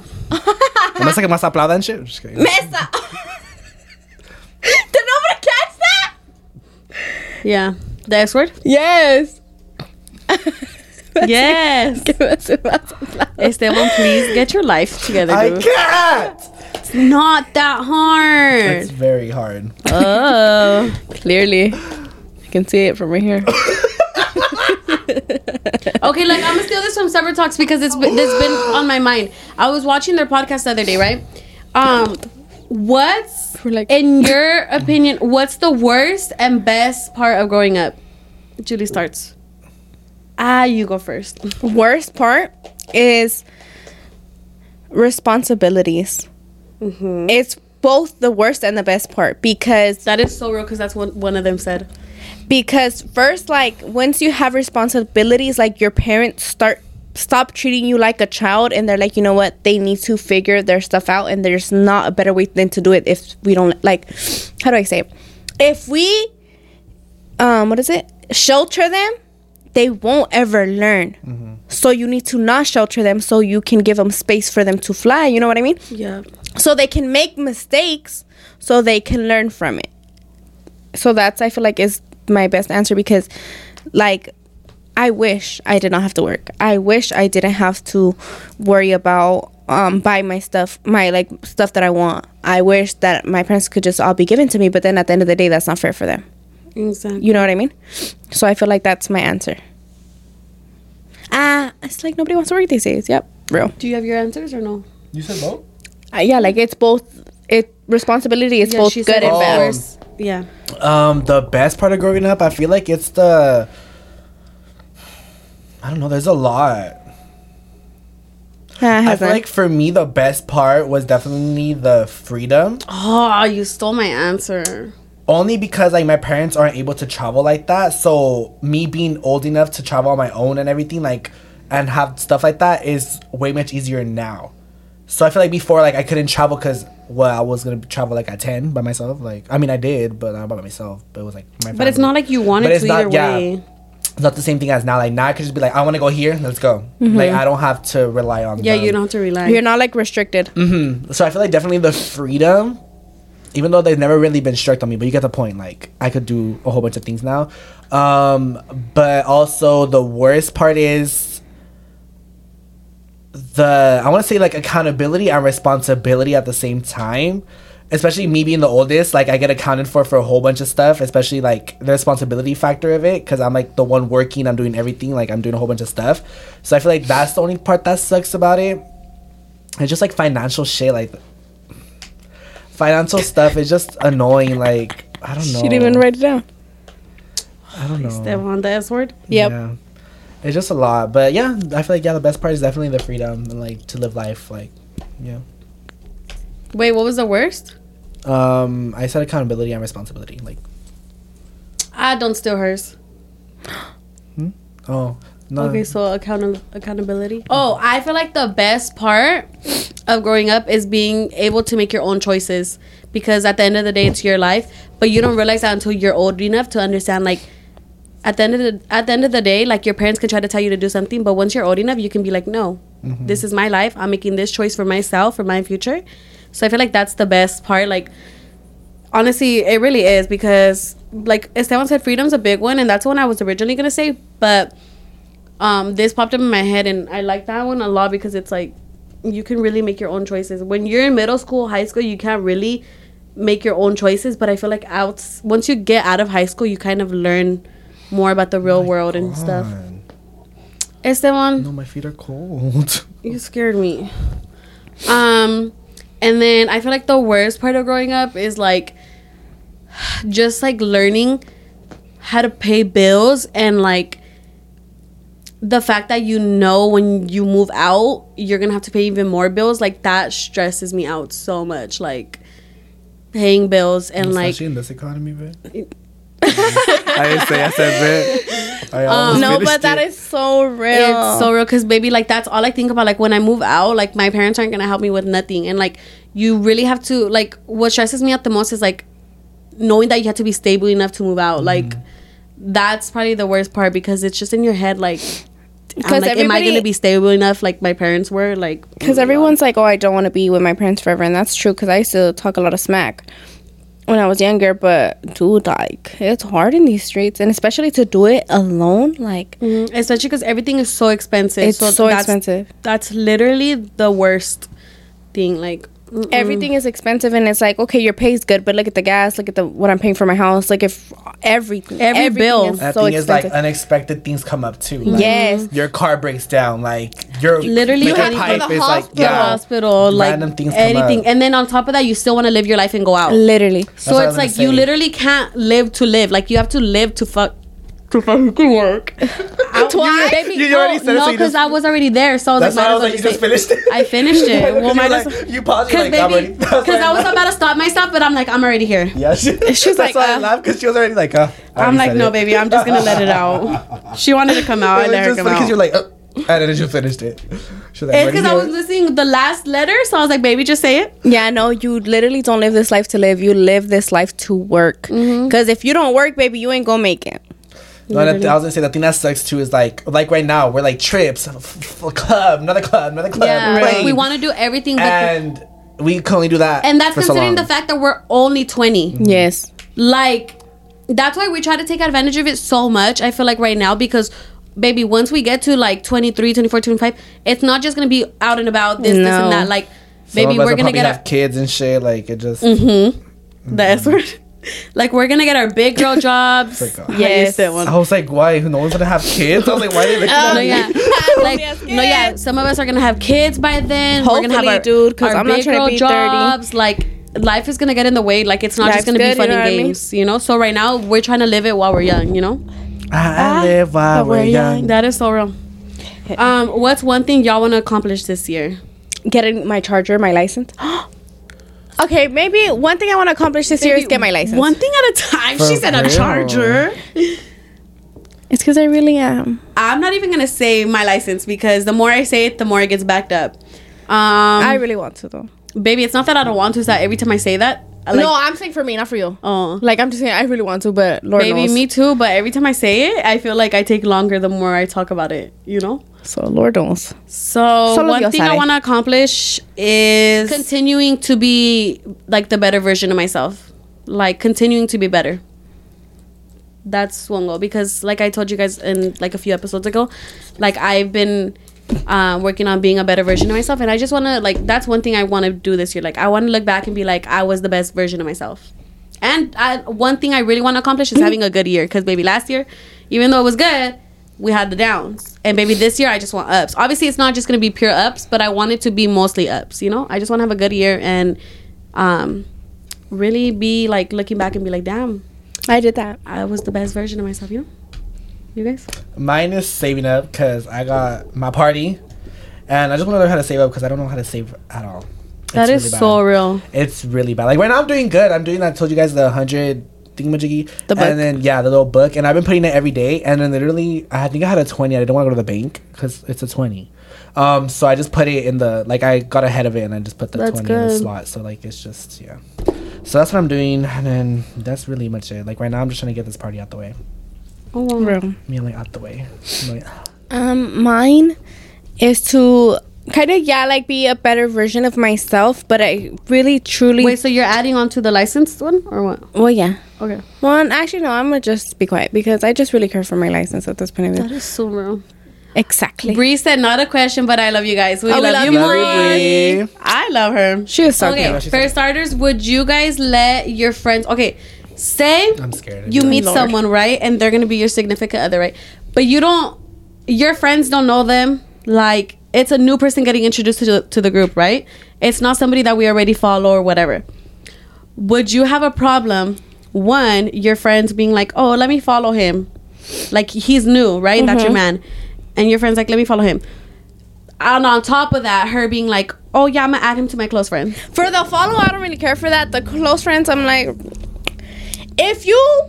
A: Unless I can mess up loud and shit. Just kidding.
B: Mesa. Did nobody catch that?
C: Yeah. The S word?
B: Yes.
C: yes. Esteban, please get your life together,
A: I
C: dude.
A: can't.
C: It's not that
A: It's
C: hard.
A: very hard.
C: Oh.
B: Clearly. I can see it from right here.
C: Okay, like I'm gonna steal this from Sever Talks because it's been, this been on my mind. I was watching their podcast the other day, right? Um, what's
B: We're like-
C: in your opinion? What's the worst and best part of growing up? Julie starts. Ah, you go first.
B: worst part is responsibilities. It's both the worst and the best part because
C: That is so real because that's what one of them said.
B: because first like once you have responsibilities like your parents start stop treating you like a child and they're like you know what they need to figure their stuff out and there's not a better way than to do it if we don't like how do i say it if we um what is it shelter them they won't ever learn so you need to not shelter them so you can give them space for them to fly you know what i mean
C: Yeah.
B: so they can make mistakes so they can learn from it so that's i feel like is my best answer because like i wish i did not have to work i wish i didn't have to worry about um buy my stuff my like stuff that i want i wish that my parents could just all be given to me but then at the end of the day that's not fair for them
C: Exactly.
B: you know what i mean so i feel like that's my answer ah it's like nobody wants to work these days yep real
C: Do you have your answers or no?
A: You said both.
B: uh, yeah like it's both it responsibility is
C: Yeah,
B: both
C: she
B: good
C: said
B: and
C: it's
B: bad
A: worse.
C: First, yeah.
A: Um, the best part of growing up, I feel like it's the. I don't know. There's a lot.
B: Ah,
A: I
B: has
A: feel
B: none.
A: like for me, the best part was definitely the freedom.
C: Oh, you stole my answer.
A: Only because like my parents aren't able to travel like that, so me being old enough to travel on my own and everything like, and have stuff like that is way much easier now. So I feel like before like I couldn't travel because well I was gonna travel like at ten by myself. Like I mean I did, but not by myself. But it was like my.
C: But it's
A: family.
C: not like you wanted
A: But it's
C: to
A: not-
C: either
A: yeah.
C: way.
A: It's not the same thing as now. Like now I could just be like I want to go here, let's go. Like I don't have to rely on.
C: Mm-hmm. Yeah,
A: them.
C: you don't have to rely.
B: You're not like restricted.
A: Mm. So I feel like definitely the freedom, even though they've never really been strict on me, but you get the point. Like I could do a whole bunch of things now. Um, but also the worst part is the I want to say like accountability and responsibility at the same time. Especially me being the oldest, like I get accounted for for a whole bunch of stuff. Especially like the responsibility factor of it, because I'm like the one working, I'm doing everything, like I'm doing a whole bunch of stuff. So I feel like that's the only part that sucks about it it's just like financial shit like financial stuff is just annoying like i don't know
B: She didn't even write it down.
A: i don't know
C: Step on the S word.
B: Yep.
A: Yeah. it's just a lot but yeah i feel like yeah the best part is definitely the freedom and like to live life like yeah
C: Wait, what was the worst?
A: um i said accountability and responsibility like
C: Ah, don't steal hers.
A: oh no
C: Okay, so account- accountability. Oh, I feel like the best part of growing up is being able to make your own choices because at the end of the day, it's your life. But you don't realize that until you're old enough to understand. Like at the end of the at the end of the day, like your parents can try to tell you to do something, but once you're old enough, you can be like, no, this is my life. I'm making this choice for myself for my future. So I feel like that's the best part. Like honestly, it really is because like Esteban said, freedom's a big one, and that's the one I was originally gonna say, but um, this popped up in my head, and I like that one a lot because it's like you can really make your own choices. When you're in middle school, high school, you can't really make your own choices. But I feel like out once you get out of high school, you kind of learn more about the real world and stuff.
A: God.
C: Esteban,
A: no my feet are cold
C: you scared me. Um, and then I feel like the worst part of growing up is like just like learning how to pay bills and like the fact that you know when you move out you're gonna have to pay even more bills like that stresses me out so much like paying bills and like
A: especially in this economy bit i didn't say i said bit
C: Um,
A: I almost
B: No,
A: finished
B: but that
A: it.
B: is so real.
C: It's so real because baby, like that's all I think about. Like when I move out, like my parents aren't gonna help me with nothing, and like you really have to like what stresses me out the most is like knowing that you have to be stable enough to move
B: Mm-hmm.
C: out. Like that's probably the worst part because it's just in your head. Like, I'm,
B: Because
C: like am I
B: everybody-
C: gonna be stable enough? Like my parents were. Like
B: because everyone's like, "Oh, I don't want to be with my parents forever," and that's true. Because I used to talk a lot of smack when I was younger, but dude, like, it's hard in these streets, and especially to do it alone. Like,
C: Mhm. especially because everything is so expensive.
B: it's so
C: that's-
B: expensive.
C: That's literally the worst thing. Like mm,
B: Everything is expensive, and it's like, okay, your pay's good, but look at the gas, look at the what I'm paying for my house, like if everything,
C: Every
B: everything
C: bill.
B: is
A: That
B: so
A: thing is like
B: expensive.
A: unexpected things come up too. Like,
B: Yes.
A: Your car breaks down. Like your
C: Literally
A: liquor
C: running for
A: pipe
D: the
A: is like
D: hospital.
C: yeah.
A: yeah.
C: hospital, like
A: Random things come
C: anything,
A: up.
C: and then on top of that, you still want to live your life and go out.
B: literally.
C: so
A: what I
C: it's
A: was gonna
C: like you
A: say.
C: literally can't live to live. Like you have to live to fuck. To fucking work.
B: Twice?
C: Baby,
A: You- you already
C: no,
A: said it, so you
C: because
A: just-
C: I was already there. So I was
A: That's
C: like,
A: why
C: might
A: I was
C: as well
A: like, you
C: say-
A: just finished it.
C: I finished
A: Because
C: it. well,
A: you,
C: might
A: were
C: as
A: like,
C: well.
A: you paused.
C: Because
A: Because like,
C: baby, because I was about to stop myself, but I'm like, I'm already here.
A: Yeah, she,
B: She's
A: that's
B: like,
A: why I
B: uh,
A: laughed because she was already like, uh, I
C: I'm
A: already
C: like,
A: said
C: no,
A: it.
C: baby, I'm just gonna let it out. She wanted to come out. I
A: It was
C: let her
A: just
C: come
A: funny 'cause
C: out.
A: you're like, uh, and then you finished it. She's like,
C: it's
A: ready
C: because I
A: here.
C: was listening the last letter, so I was like, baby, just say it.
B: Yeah, no, you literally don't live this life to live. You live this life to work. Because if you don't work, baby, you ain't gonna make it.
A: No, and I, I was gonna say the thing that sucks too is like, like right now we're like trips, f- f- club, another club, another club.
C: Yeah,
A: plane,
C: we want to do everything, but
A: and we can only do that.
C: and that's
A: for so
C: considering
A: long.
C: the fact that we're only 20
B: Yes.
A: Mm-hmm.
C: like that's why we try to take advantage of it so much i feel like right now because baby once we get to like 23 24 25 it's not just gonna be out and about this this
B: No.
C: and that like
A: Some
C: baby
A: of us
C: we're
A: will
C: gonna
A: probably
C: get Mm-hmm.
A: have
C: our
A: kids and shit. Like it just
C: the s word like we're gonna get our big girl jobs
A: Thank God.
C: How you
B: Yes.
C: said one.
A: I was like, why? Who knows gonna have kids? I was like, why are they looking at
C: no,
A: me?
C: yeah. like, no, yeah. Some of us are gonna have kids by then. we're gonna
B: Hopefully,
C: have our,
B: dude, 'cause
C: our
B: I'm not
C: big
B: trying to
C: girl
B: be 30.
C: jobs. Like, life is gonna get in the way. Like, it's not
B: Life's
C: just gonna
B: good, you
C: be fun
B: know
C: and
B: what I mean?
C: games. You know. So right now, we're trying to live it while we're young. You know.
A: I live while we're young.
C: That is so real. Um, what's one thing y'all want to accomplish this year?
B: Getting my charger, my license. okay, maybe one thing I want to accomplish this year is get my license.
C: One thing at a time.
A: For
C: she said a
A: real.
C: charger.
B: It's because I really am.
C: I'm not even gonna say my license because the more I say it, the more it gets backed up. Um,
B: I really want to though.
C: baby, it's not that I don't want to. It's that every time I say that, I like,
B: no, I'm saying for me, not for you.
C: oh,
B: Like I'm just saying, I really want to, but Lord
C: baby,
B: knows.
C: me too. But every time I say it, I feel like I take longer the more I talk about it. You know.
B: so Lord knows.
C: So
B: Solo
C: one
B: Dios
C: thing I
B: sabe.
C: want to accomplish is continuing to be like the better version of myself, like continuing to be better. That's one goal because, like I told you guys in like a few episodes ago, like I've been uh, working on being a better version of myself, and I just want to like that's one thing I want to do this year. Like I want to look back and be like I was the best version of myself. And I, one thing I really want to accomplish is having a good year because baby, last year, even though it was good, we had the downs. And baby, this year I just want ups. Obviously, it's not just gonna be pure ups, but I want it to be mostly ups. You know, I just want to have a good year and um, really be like looking back and be like, damn,
B: I did that.
C: I was the best version of myself. You know, you guys.
A: Mine is saving up because I got my party, and I just want to learn how to save up because I don't know how to save at all.
C: That is so real.
A: It's really bad. Like right now, I'm doing good. I'm doing. I told you guys the hundred thingamajiggy,
B: The book.
A: and then yeah, the little book, and I've been putting it every day. And then literally, I think I had a twenty. I didn't want to go to the bank because it's a twenty. Um, so I just put it in the like I got ahead of it, and I just put the
C: That's
A: twenty in the
C: good.
A: slot. So like it's just yeah. So that's what I'm doing, and then that's really much it. Like right now, I'm just trying to get this party out the way.
C: Oh, wow.
B: Real.
A: Me like out the way. I'm like,
B: Um, mine is to kind of yeah, like be a better version of myself, but I really truly
C: Wait, so you're adding on to the licensed one or what?
B: well, yeah.
C: Okay,
B: Well, and actually, no, I'm gonna just be quiet because I just really care for my license at this point. Of
C: that is so real.
B: Exactly.
C: Bree said, "Not a question, but I love you guys. Oh, We,
B: we
C: love,
B: love
C: you,
B: you,
C: more.
A: Bree.
C: I love her.
B: She was so
C: Okay,
B: cute.
A: she's
C: for starters, would you guys let your friends? Okay, say
A: I'm scared.
C: you meet
B: Lord.
C: someone, right, and they're gonna be your significant other, right? But you don't, your friends don't know them. Like it's a new person getting introduced to the, to the group, right? It's not somebody that we already follow or whatever. Would you have a problem? One, your friends being like, "Oh, let me follow him," like he's new, right? That's your man, and your friends like, "Let me follow him." And on top of that, her being like, "Oh yeah, I'm gonna add him to my close friends."
B: For the follow, I don't really care for that. The close friends, I'm like, if you.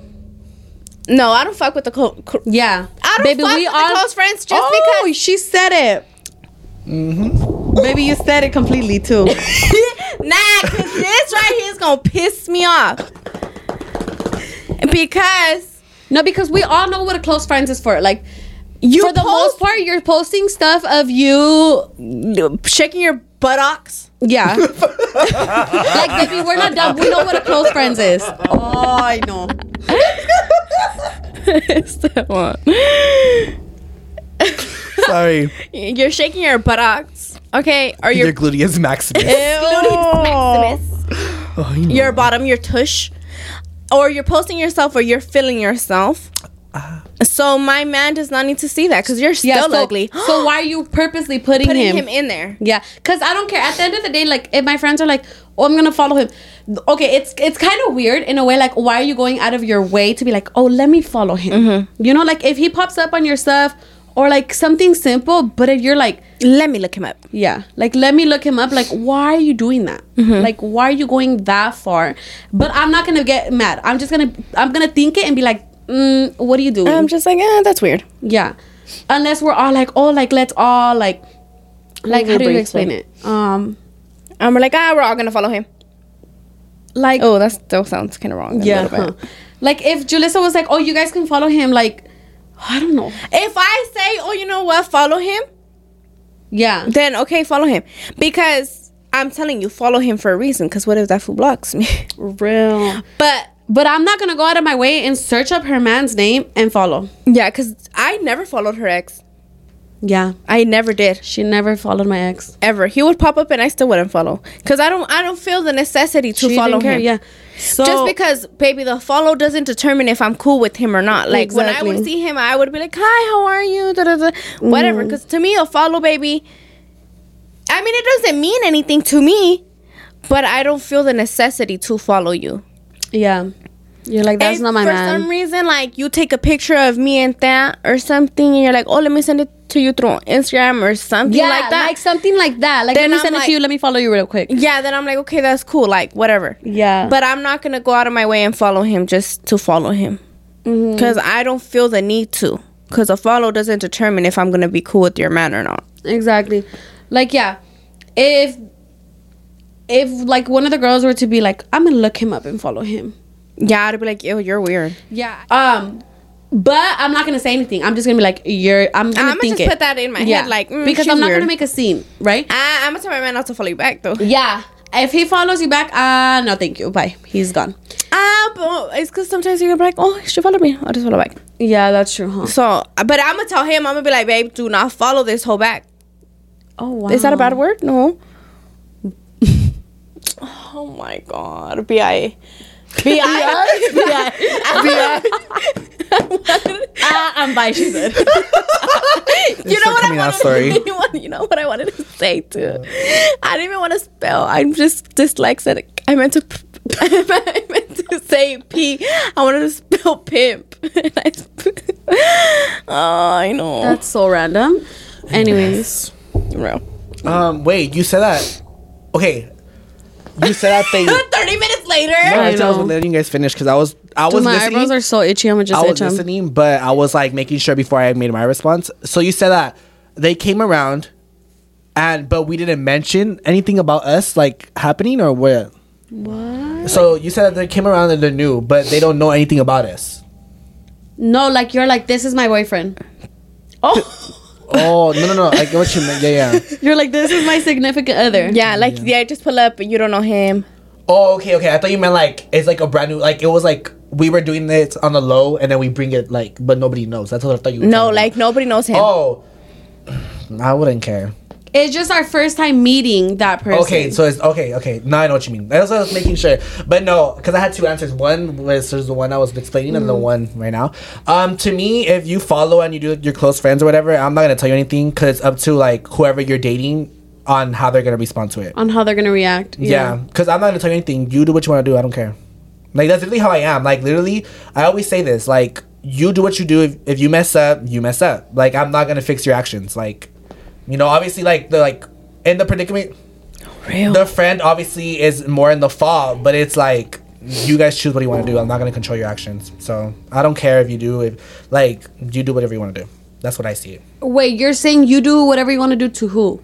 B: No, I don't fuck with the close. Cl-
C: Yeah.
B: I don't fuck with the close friends just
C: oh, because Mm-hmm. she said it. Baby, you said it completely too.
B: because nah, cause this right here is gonna piss me off. Because
C: no, because we all know what a close friends is for. Like you for the most
B: post-
C: part, you're posting stuff of you.
B: shaking your buttocks.
C: Yeah. like baby, we're not dumb. We know what a close friends is. Oh, I know.
B: it's that one.
A: Sorry.
B: You're shaking your buttocks. Okay, are
A: Your
B: your
A: gluteus maximus.
B: Ew.
A: Oh, you know.
B: your bottom, your tush, or you're posting yourself or you're feeling yourself. So my man does not need to see that because you're still
C: Yeah, so,
B: ugly.
C: so why are you purposely putting,
B: Putting
C: him?
B: him in there.
C: Yeah, cause I don't care. At the end of the day, like if my friends are like, "Oh, I'm gonna follow him," okay, it's it's kind of weird in a way. Like, why are you going out of your way to be like, "Oh, let me follow him"? You know, like if he pops up on your stuff or like something simple, but if you're like,
B: Let me look him up.
C: yeah, like let me look him up. Like, why are you doing that? Like, why are you going that far? But I'm not gonna get mad. I'm just gonna I'm gonna think it and be like, mm, "What are you doing?"
B: I'm just like, ah, that's weird.
C: Yeah. Unless we're all like, oh, like let's all like, like how do you
B: Embrace
C: explain it? Um,
B: And we're like, ah, we're all gonna follow him.
C: like
B: Oh, that still sounds kind of wrong. Yeah.
C: yeah, huh. like if Julissa was like, oh, you guys can follow him, like I don't know.
B: If I say, oh, you know what, follow him,
C: Yeah,
B: then okay, follow him because I'm telling you, follow him for a reason. Because what if that fool blocks me?
C: real.
B: but
C: But I'm not gonna go out of my way and search up her man's name and follow.
B: yeah, because I never followed her ex.
C: Yeah,
B: I never did.
C: she never followed my ex.
B: ever. He would pop up and I still wouldn't follow because I don't I don't feel the necessity to
C: She
B: follow
C: didn't care,
B: him.
C: Yeah, so
B: Just because, baby, the follow doesn't determine if I'm cool with him or not. Like when I would
C: Exactly. Mm-hmm.
B: see him, I would be like, "Hi, how are you?" Da, da, da. Whatever. Because to me, a follow, baby. I mean, it doesn't mean anything to me, but I don't feel the necessity to follow you.
C: yeah, you're like that's
B: If
C: not my
B: for
C: man.
B: some reason, like you take a picture of me and that or something, and you're like, "Oh, let me send it to you through Instagram or something
C: yeah,
B: like that."
C: something like that. Like
B: Then
C: let me
B: I'm
C: send it
B: like-
C: to you. Let me follow you real quick.
B: yeah, then I'm like, okay, that's cool, like whatever.
C: Yeah, but
B: But I'm not gonna go out of my way and follow him just to follow him,
C: Mm-hmm.
B: because I don't feel the need to. Because a follow doesn't determine if I'm gonna be cool with your man or not.
C: Exactly. Like yeah, if if like one of the girls were to be like, I'm gonna look him up and follow him.
B: Yeah, I'd be like, ew, you're weird.
C: Yeah. Um, but I'm not gonna say anything. I'm just gonna be like, you're. I'm gonna
B: I'm gonna
C: think
B: just
C: it.
B: put that in my head, like mm,
C: because
B: she's
C: I'm not
B: weird.
C: gonna make a scene, right?
B: I, I'm gonna tell my man not to follow you back though.
C: yeah. If he follows you back, uh no, thank you. Bye. He's gone.
B: Ah, but it's because sometimes you're gonna be like, oh, she followed me. I'll just follow back.
C: Yeah, that's true, huh?
B: So, but I'm gonna tell him, I'm gonna be like, babe, do not follow this whole back.
C: Oh wow.
B: Is that a bad word? No. oh my god. B.I. B.I.
C: Yeah. Ah, I'm bi. She said.
B: You know
A: not
B: what I
A: coming out,
B: wanted
A: sorry.
B: You know what I wanted to say too. I didn't even want to spell. I'm just dyslexic. I meant to p- I meant to say P. I wanted to spell pimp. And I sp- oh, I know.
C: That's so random. Anyways.
B: real.
A: Um, wait, you said that. Okay, you said that thing. No,
B: 30 minutes later.
A: I, said I was
C: know.
A: letting you guys finish because I was, I was
C: Dude, my
A: listening.
C: eyebrows are so itchy. I'm gonna just
A: I was
C: itch 'em.
A: listening, but I was like making sure before I made my response. So you said that they came around, and but we didn't mention anything about us like happening or what. What? So you said that they came around and they're new, but they don't know anything about us.
C: No, like you're like this is my boyfriend.
A: Oh no no no! I get what you meant. Yeah yeah.
C: You're like this is my significant other.
B: Yeah, like yeah. I just pull up and you don't know him.
A: Oh okay okay. I thought you meant like it's like a brand new like it was like we were doing it on the low and then we bring it like but nobody knows. That's what I thought you. Were
B: No,
A: talking
B: like nobody knows him.
A: about. oh. I wouldn't care.
C: It's just our first time meeting that person.
A: Okay, so it's okay, okay. Now I know what you mean. That's what I was making sure. But no, because I had two answers. One was there's the one I was explaining, and the one right now. Um, to me, if you follow and you do your close friends or whatever, I'm not gonna tell you anything because it's up to like whoever you're dating on how they're gonna respond to it.
C: on how they're gonna react.
A: Yeah, because I'm not gonna tell you anything. You do what you want to do. I don't care. Like that's literally how I am. Like literally, I always say this. Like you do what you do. If, if you mess up, you mess up. Like I'm not gonna fix your actions. Like, you know, obviously, like the like in the predicament.
B: Real.
A: The friend obviously is more in the fall, but it's like you guys choose what you want to do. I'm not gonna control your actions. So I don't care if you do. If like you do whatever you want to do. That's what I see it.
C: Wait, you're saying you do whatever you want to do to who?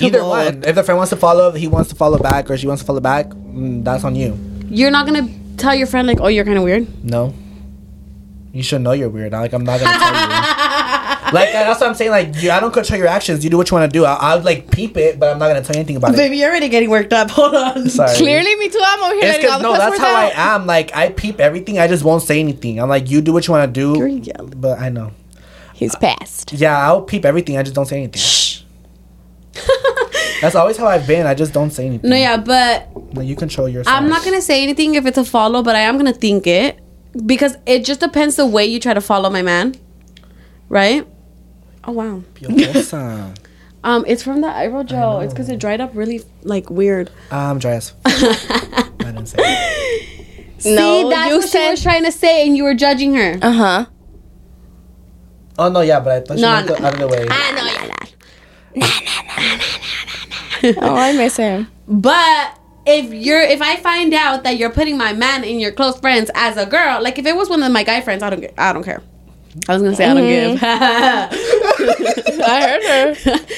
A: Either
B: vote.
A: one. If the friend wants to follow, he wants to follow back, or she wants to follow back. mm, That's on you.
C: You're not gonna tell your friend like, oh, you're kind of weird.
A: No. You should know you're weird. Like I'm not gonna tell you. Like that's what I'm saying. Like you, I don't control your actions. You do what you want to do. I, I'll like peep it, but I'm not gonna tell you anything about it.
C: Baby, you're already getting worked up. Hold on.
A: Sorry.
B: Clearly, me too. I'm over here
A: It's
B: letting
A: because
B: all the
A: no,
B: cuss
A: that's
B: words
A: how I
B: out.
A: am. Like I peep everything. I just won't say anything. I'm like you do what you want to do.
C: You're yelling.
A: But I know.
B: He's passed.
A: Yeah, I'll peep everything. I just don't say anything. That's always how I've been. I just don't say anything.
C: No, yeah, but
A: Like, you control yourself.
C: I'm not gonna say anything if it's a follow, but I am gonna think it because it just depends the way you try to follow my man, right? Oh wow.
A: Piojosa.
C: Um, it's from the eyebrow gel. It's because it dried up really like weird.
A: I'm dry as. F- I didn't say. It.
B: No,
C: See, that's
B: you
C: what she
B: said-
C: was trying to say, and you were judging her.
B: Uh huh.
A: Oh no, yeah, but I thought she
C: No,
A: meant
C: no.
A: the other way.
B: Oh, I miss him.
C: But if you're, if I find out that you're putting my man in your close friends as a girl, like if it was one of my guy friends, I don't, gi- I don't care. I was gonna say
B: Mm-hmm.
C: I
B: I heard her.
C: don't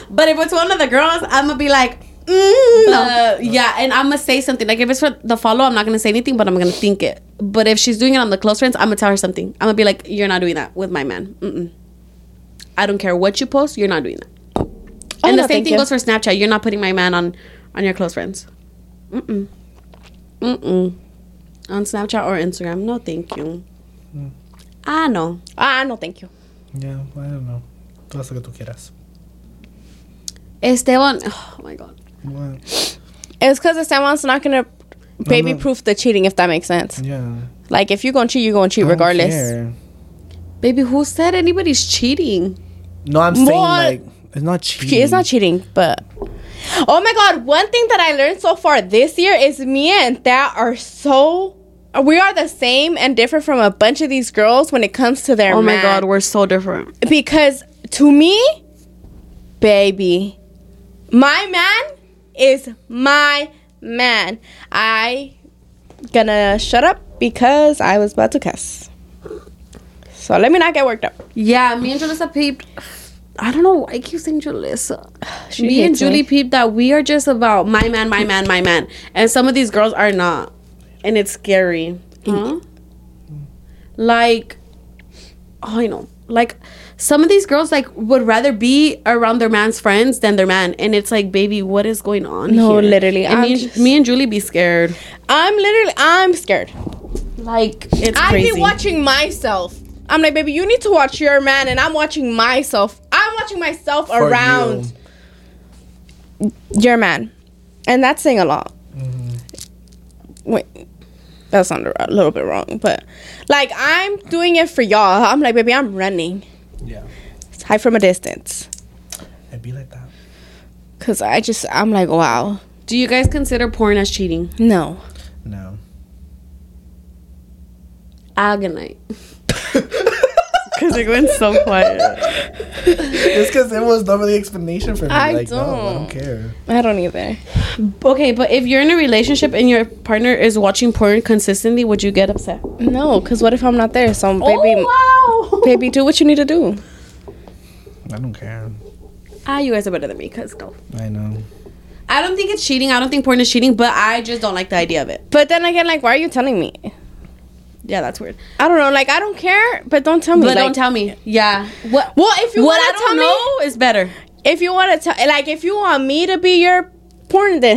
C: give. but if it's one of the girls, I'm gonna be like, mm, uh, yeah, and I'm gonna say something. Like if it's for the follow, I'm not gonna say anything, but I'm gonna think it. But if she's doing it on the close friends, I'm gonna tell her something. I'm gonna be like, you're not doing that with my man. Mm-mm. I don't care what you post, you're not doing that
B: Oh,
C: and
B: no,
C: the same
B: thank
C: thing
B: you.
C: goes for Snapchat. You're not putting my man on on your close friends. Mm-mm. Mm-mm. On Snapchat or Instagram. No, thank you. Ah, no.
B: Ah, no, thank you.
A: Yeah, I don't know. Tú haz lo que tú quieras.
C: Esteban. Oh, my God.
A: What?
B: It's because Esteban's not gonna baby
A: no.
B: proof the cheating, if that makes sense.
A: Yeah.
B: Like, if you're gonna cheat, you're gonna cheat
A: I don't
B: regardless.
A: care.
C: Baby, who said anybody's cheating?
A: No, I'm saying
B: More-
A: like it's not cheating.
B: Che- It's not cheating, but oh my god! One thing that I learned so far this year is me and that are so we are the same and different from a bunch of these girls when it comes to their
C: Oh, my
B: man.
C: God. We're so different.
B: because to me, baby, my man is my man. I gonna shut up because I was about to cuss. So let me not get worked up.
C: Yeah, me and Julissa peeped. I don't know why I keep saying Julissa.
B: She
C: me and
B: hates me.
C: Julie peeped that we are just about my man, my man, my man. And some of these girls are not. And it's scary. Huh? Like, oh, I know. Like, some of these girls like would rather be around their man's friends than their man, and it's like, baby, what is going on?
B: No,
C: here?
B: literally,
C: And
B: I'm
C: me, and,
B: just-
C: me and Julie be scared.
B: I'm literally I'm scared.
C: Like, it's
B: I'd
C: crazy.
B: be watching myself. I'm like, baby, you need to watch your man, and I'm watching myself. I'm watching myself
A: For
B: around
A: you.
B: your man, and that's saying a lot.
C: Mm-hmm.
B: Wait, that sounded a little bit wrong, but like I'm doing it for y'all. I'm like, baby, I'm running.
A: Yeah.
B: Hide from a distance,
A: It'd be like that.
B: cause I just I'm like, wow,
C: Do you guys consider porn as cheating?
B: no.
A: No.
C: Agonite.
A: Because
C: it went so quiet.
A: it's because there was no really explanation for me.
B: I
A: like, No, I
B: don't.
A: don't care.
B: I don't either.
C: Okay, but if you're in a relationship and your partner is watching porn consistently, would you get upset?
B: No, cause what if I'm not there? So baby,
C: Oh. wow.
B: baby, do what you need to do.
A: I don't care.
C: Ah, you guys are better than me, cause no.
A: I know.
C: I don't think it's cheating. I don't think porn is cheating, but I just don't like the idea of it.
B: But then again, like, why are you telling me?
C: Yeah, that's weird.
B: I don't know. Like, I don't care, but don't tell me.
C: But
B: like-
C: don't tell me. Yeah. What?
B: Well, if you
C: what
B: want
C: I
B: to tell
C: don't
B: me,
C: know is better.
B: if you want to tell, like, if you want me to be your porn, then.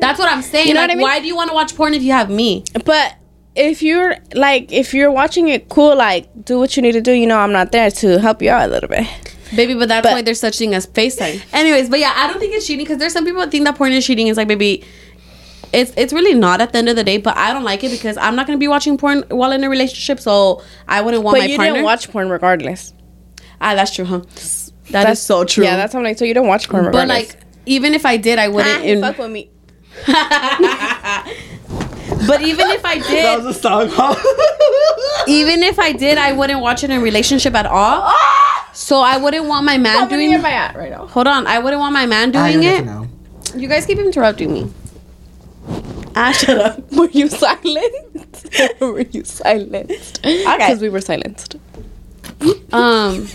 C: That's what I'm saying.
B: You know
C: like,
B: what I mean?
C: Why do you want to watch porn if you have me?
B: But if you're like, if you're watching it, cool. Like, do what you need to do. You know, I'm not there to help you out a little bit.
C: Baby, but that's
B: But-
C: why there's such thing as FaceTime. Anyways, but yeah, I don't think it's cheating because there's some people that think that porn is cheating. It's like, baby, it's it's really not at the end of the day. But I don't like it because I'm not gonna be watching porn while in a relationship, so I wouldn't want
B: But
C: my
B: you
C: partner.
B: didn't watch porn regardless.
C: ah, that's true, huh? that's, so true.
B: Yeah, that's what I'm like. So you don't watch porn
C: But
B: regardless.
C: like, even if I did, I
B: Ah,
C: wouldn't.
B: you
C: in-
B: fuck with me.
C: but even if I did,
A: a song.
C: even if I did, I wouldn't watch it in a relationship at all.
B: Ah!
C: So I wouldn't want my man
B: I'm doing
C: doing.
B: my at right now.
C: Hold on, I wouldn't want my man
A: I
C: doing it.
A: Now.
C: You guys keep interrupting me.
B: Ah, shut up. Were you silent? were you silenced? Okay. Because we were silenced.
C: Um.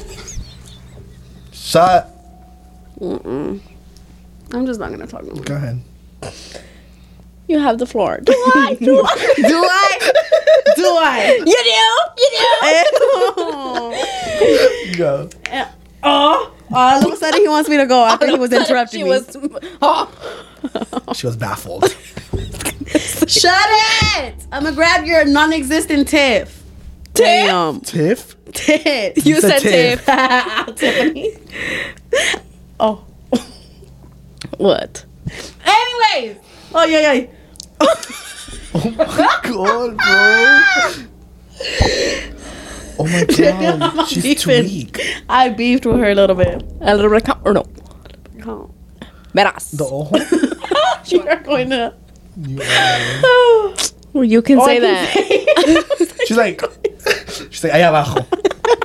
A: Shut.
C: Mm-mm. I'm just not gonna talk no more.
A: Go ahead.
B: You have the floor. Do I? Do I?
C: Do I? Do I?
B: You do? You do?
A: Go.
C: Oh, all of a sudden he wants me to go after he was interrupting
B: she
C: me.
B: was. Oh.
A: She was baffled.
C: Shut it! I'm gonna grab your non-existent tiff. Damn,
A: Tiff?
C: tiff.
B: You
A: It's a
B: said
A: tip.
B: tip.
C: Tiffany. Oh.
B: What?
E: Anyways,
C: Oh yeah, yeah.
A: Oh my god, bro. Oh my god, she's too weak.
C: I beefed with her a little bit.
B: A little bit of count or no?
C: Oh.
B: Verás.
A: The ojo?
C: you are going to.
A: You are-
B: Well, You can say
C: I can
B: that.
A: She's like, she's like, allá abajo.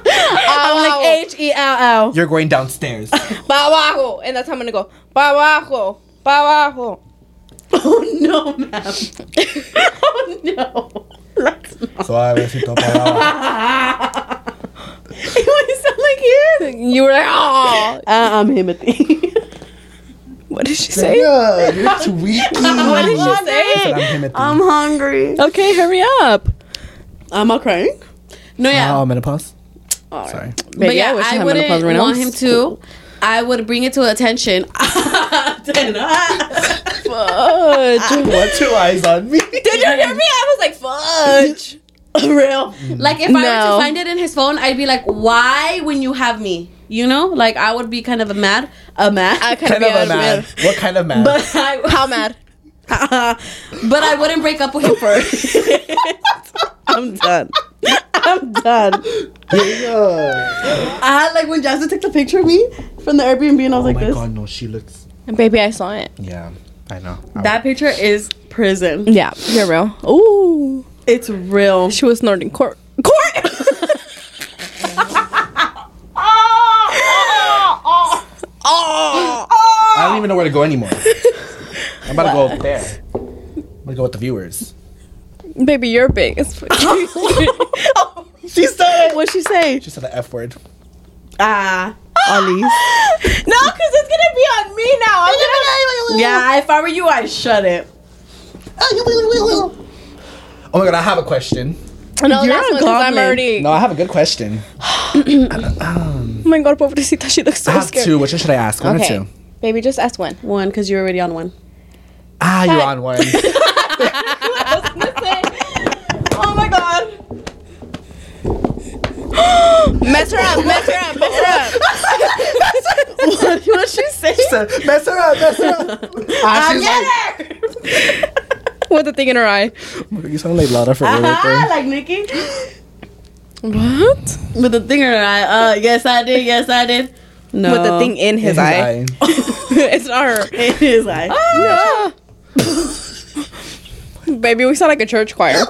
C: I'm like H E L L.
A: You're going downstairs.
B: Pa abajo. And that's how I'm gonna go. Pa abajo. Pa abajo.
C: Oh no, ma'am. oh no. Let's not.
A: Suavecito para abajo.
C: it sound like him.
B: You were like, oh.
C: Uh, I'm Himothy.
B: What did she say?
A: Yeah, you're too weak.
B: What did she say?
A: I'm Himothy.
C: I'm hungry.
B: Okay, hurry up.
C: I'm not crying. No, yeah.
A: Ah.
F: Oh, menopause.
C: All right.
F: Sorry.
C: But yeah, I,
B: had
C: wouldn't
B: menopause right now.
C: want him to. I would bring it to attention. ah.
B: Fudge.
A: What's your eyes on me?
B: Did you hear me? I was like, fudge.
C: Real. Like if I were
B: No.
C: to find it in his phone, I'd be like, "Why when you have me?" You know, like I would be kind of a mad, a mad.
B: I kind
A: kind
B: of
A: of a man. What kind of man?
C: but I,
B: How mad?
C: but I wouldn't break up with him first.
B: I'm done.
C: I'm done.
A: Yeah.
C: I had like when Jasmine took the picture of me from the Airbnb, and I was
A: Oh
C: like
A: my
C: this.
A: god, no, she looks.
B: Baby, I saw it.
A: Yeah, I know.
C: That picture is prison.
B: Yeah, you're real. Ooh.
C: It's real.
B: She was snorting cork. Cork!
A: I don't even know where to go anymore. I'm about to go up there. I'm gonna go with the viewers.
B: Baby, you're big as fuck.
A: She said it.
C: What'd she say?
A: She said the F word.
C: Ah, Ollie's.
E: no, because it's gonna be on me now. I'm gonna.
C: Yeah, if I were you, I'd shut it.
A: Ah, Oh my god, I have a question.
B: No,
C: You're
B: that's
C: a
B: one 'cause I'm
C: goblin.
B: already.
A: No, I have a good question.
B: Oh my god, pobrecita, she looks so
A: I have
B: scared.
A: two. Which one should I ask? One
B: Okay.
A: or two?
B: Baby, just ask one.
C: One, because you're already on one.
A: Ah, you're on one.
E: Oh my god.
B: Mess her up, mess her up, mess her up.
C: what did she say?
A: She said, mess her up, mess her up. Ah, she's like,
B: With the thing in her eye.
A: you sound like Lada for
C: Ah,
A: everything.
C: like Nikki.
B: What?
C: With the thing in her eye. Uh, yes, I did. Yes, I did. No.
B: With the thing in his, eye. it's not her.
C: in his eye.
B: Ah. Baby, we sound like a church choir.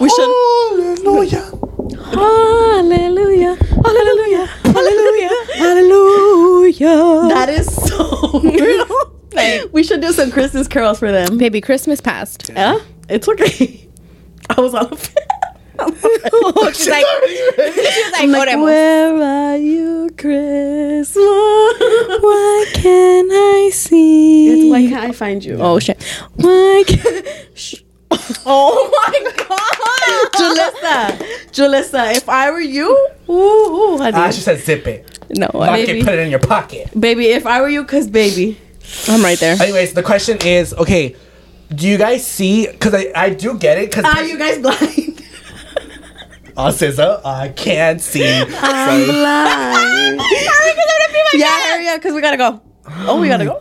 C: We should.
A: Hallelujah.
C: Hallelujah. Hallelujah. Hallelujah.
B: Hallelujah.
C: That is so real.
B: Like-
C: we should do some Christmas carols for them.
B: Baby, Christmas passed.
C: Yeah, it's okay. I was on the.
B: She's like, she's like, oremos.
C: Where are you, Christmas? Why
B: can I see?
C: It's why can't I find you?
B: oh shit. Why can-
C: Oh my god, Jalissa, Jalissa, if I were you, ooh, ooh honey.
A: Ah, she said zip it.
B: no,
A: Lock
B: I,
C: Maybe.
A: it, put it in your pocket.
C: baby, if I were you, cause baby,
B: I'm right there.
A: Anyways, the question is, okay, do you guys see? Because I, I do get it. Because
C: are you guys blind?
A: Oh, SZA, I can't see.
C: I'm
A: Sorry.
C: blind. yeah, hurry up, cause we gotta go. Oh, we gotta go.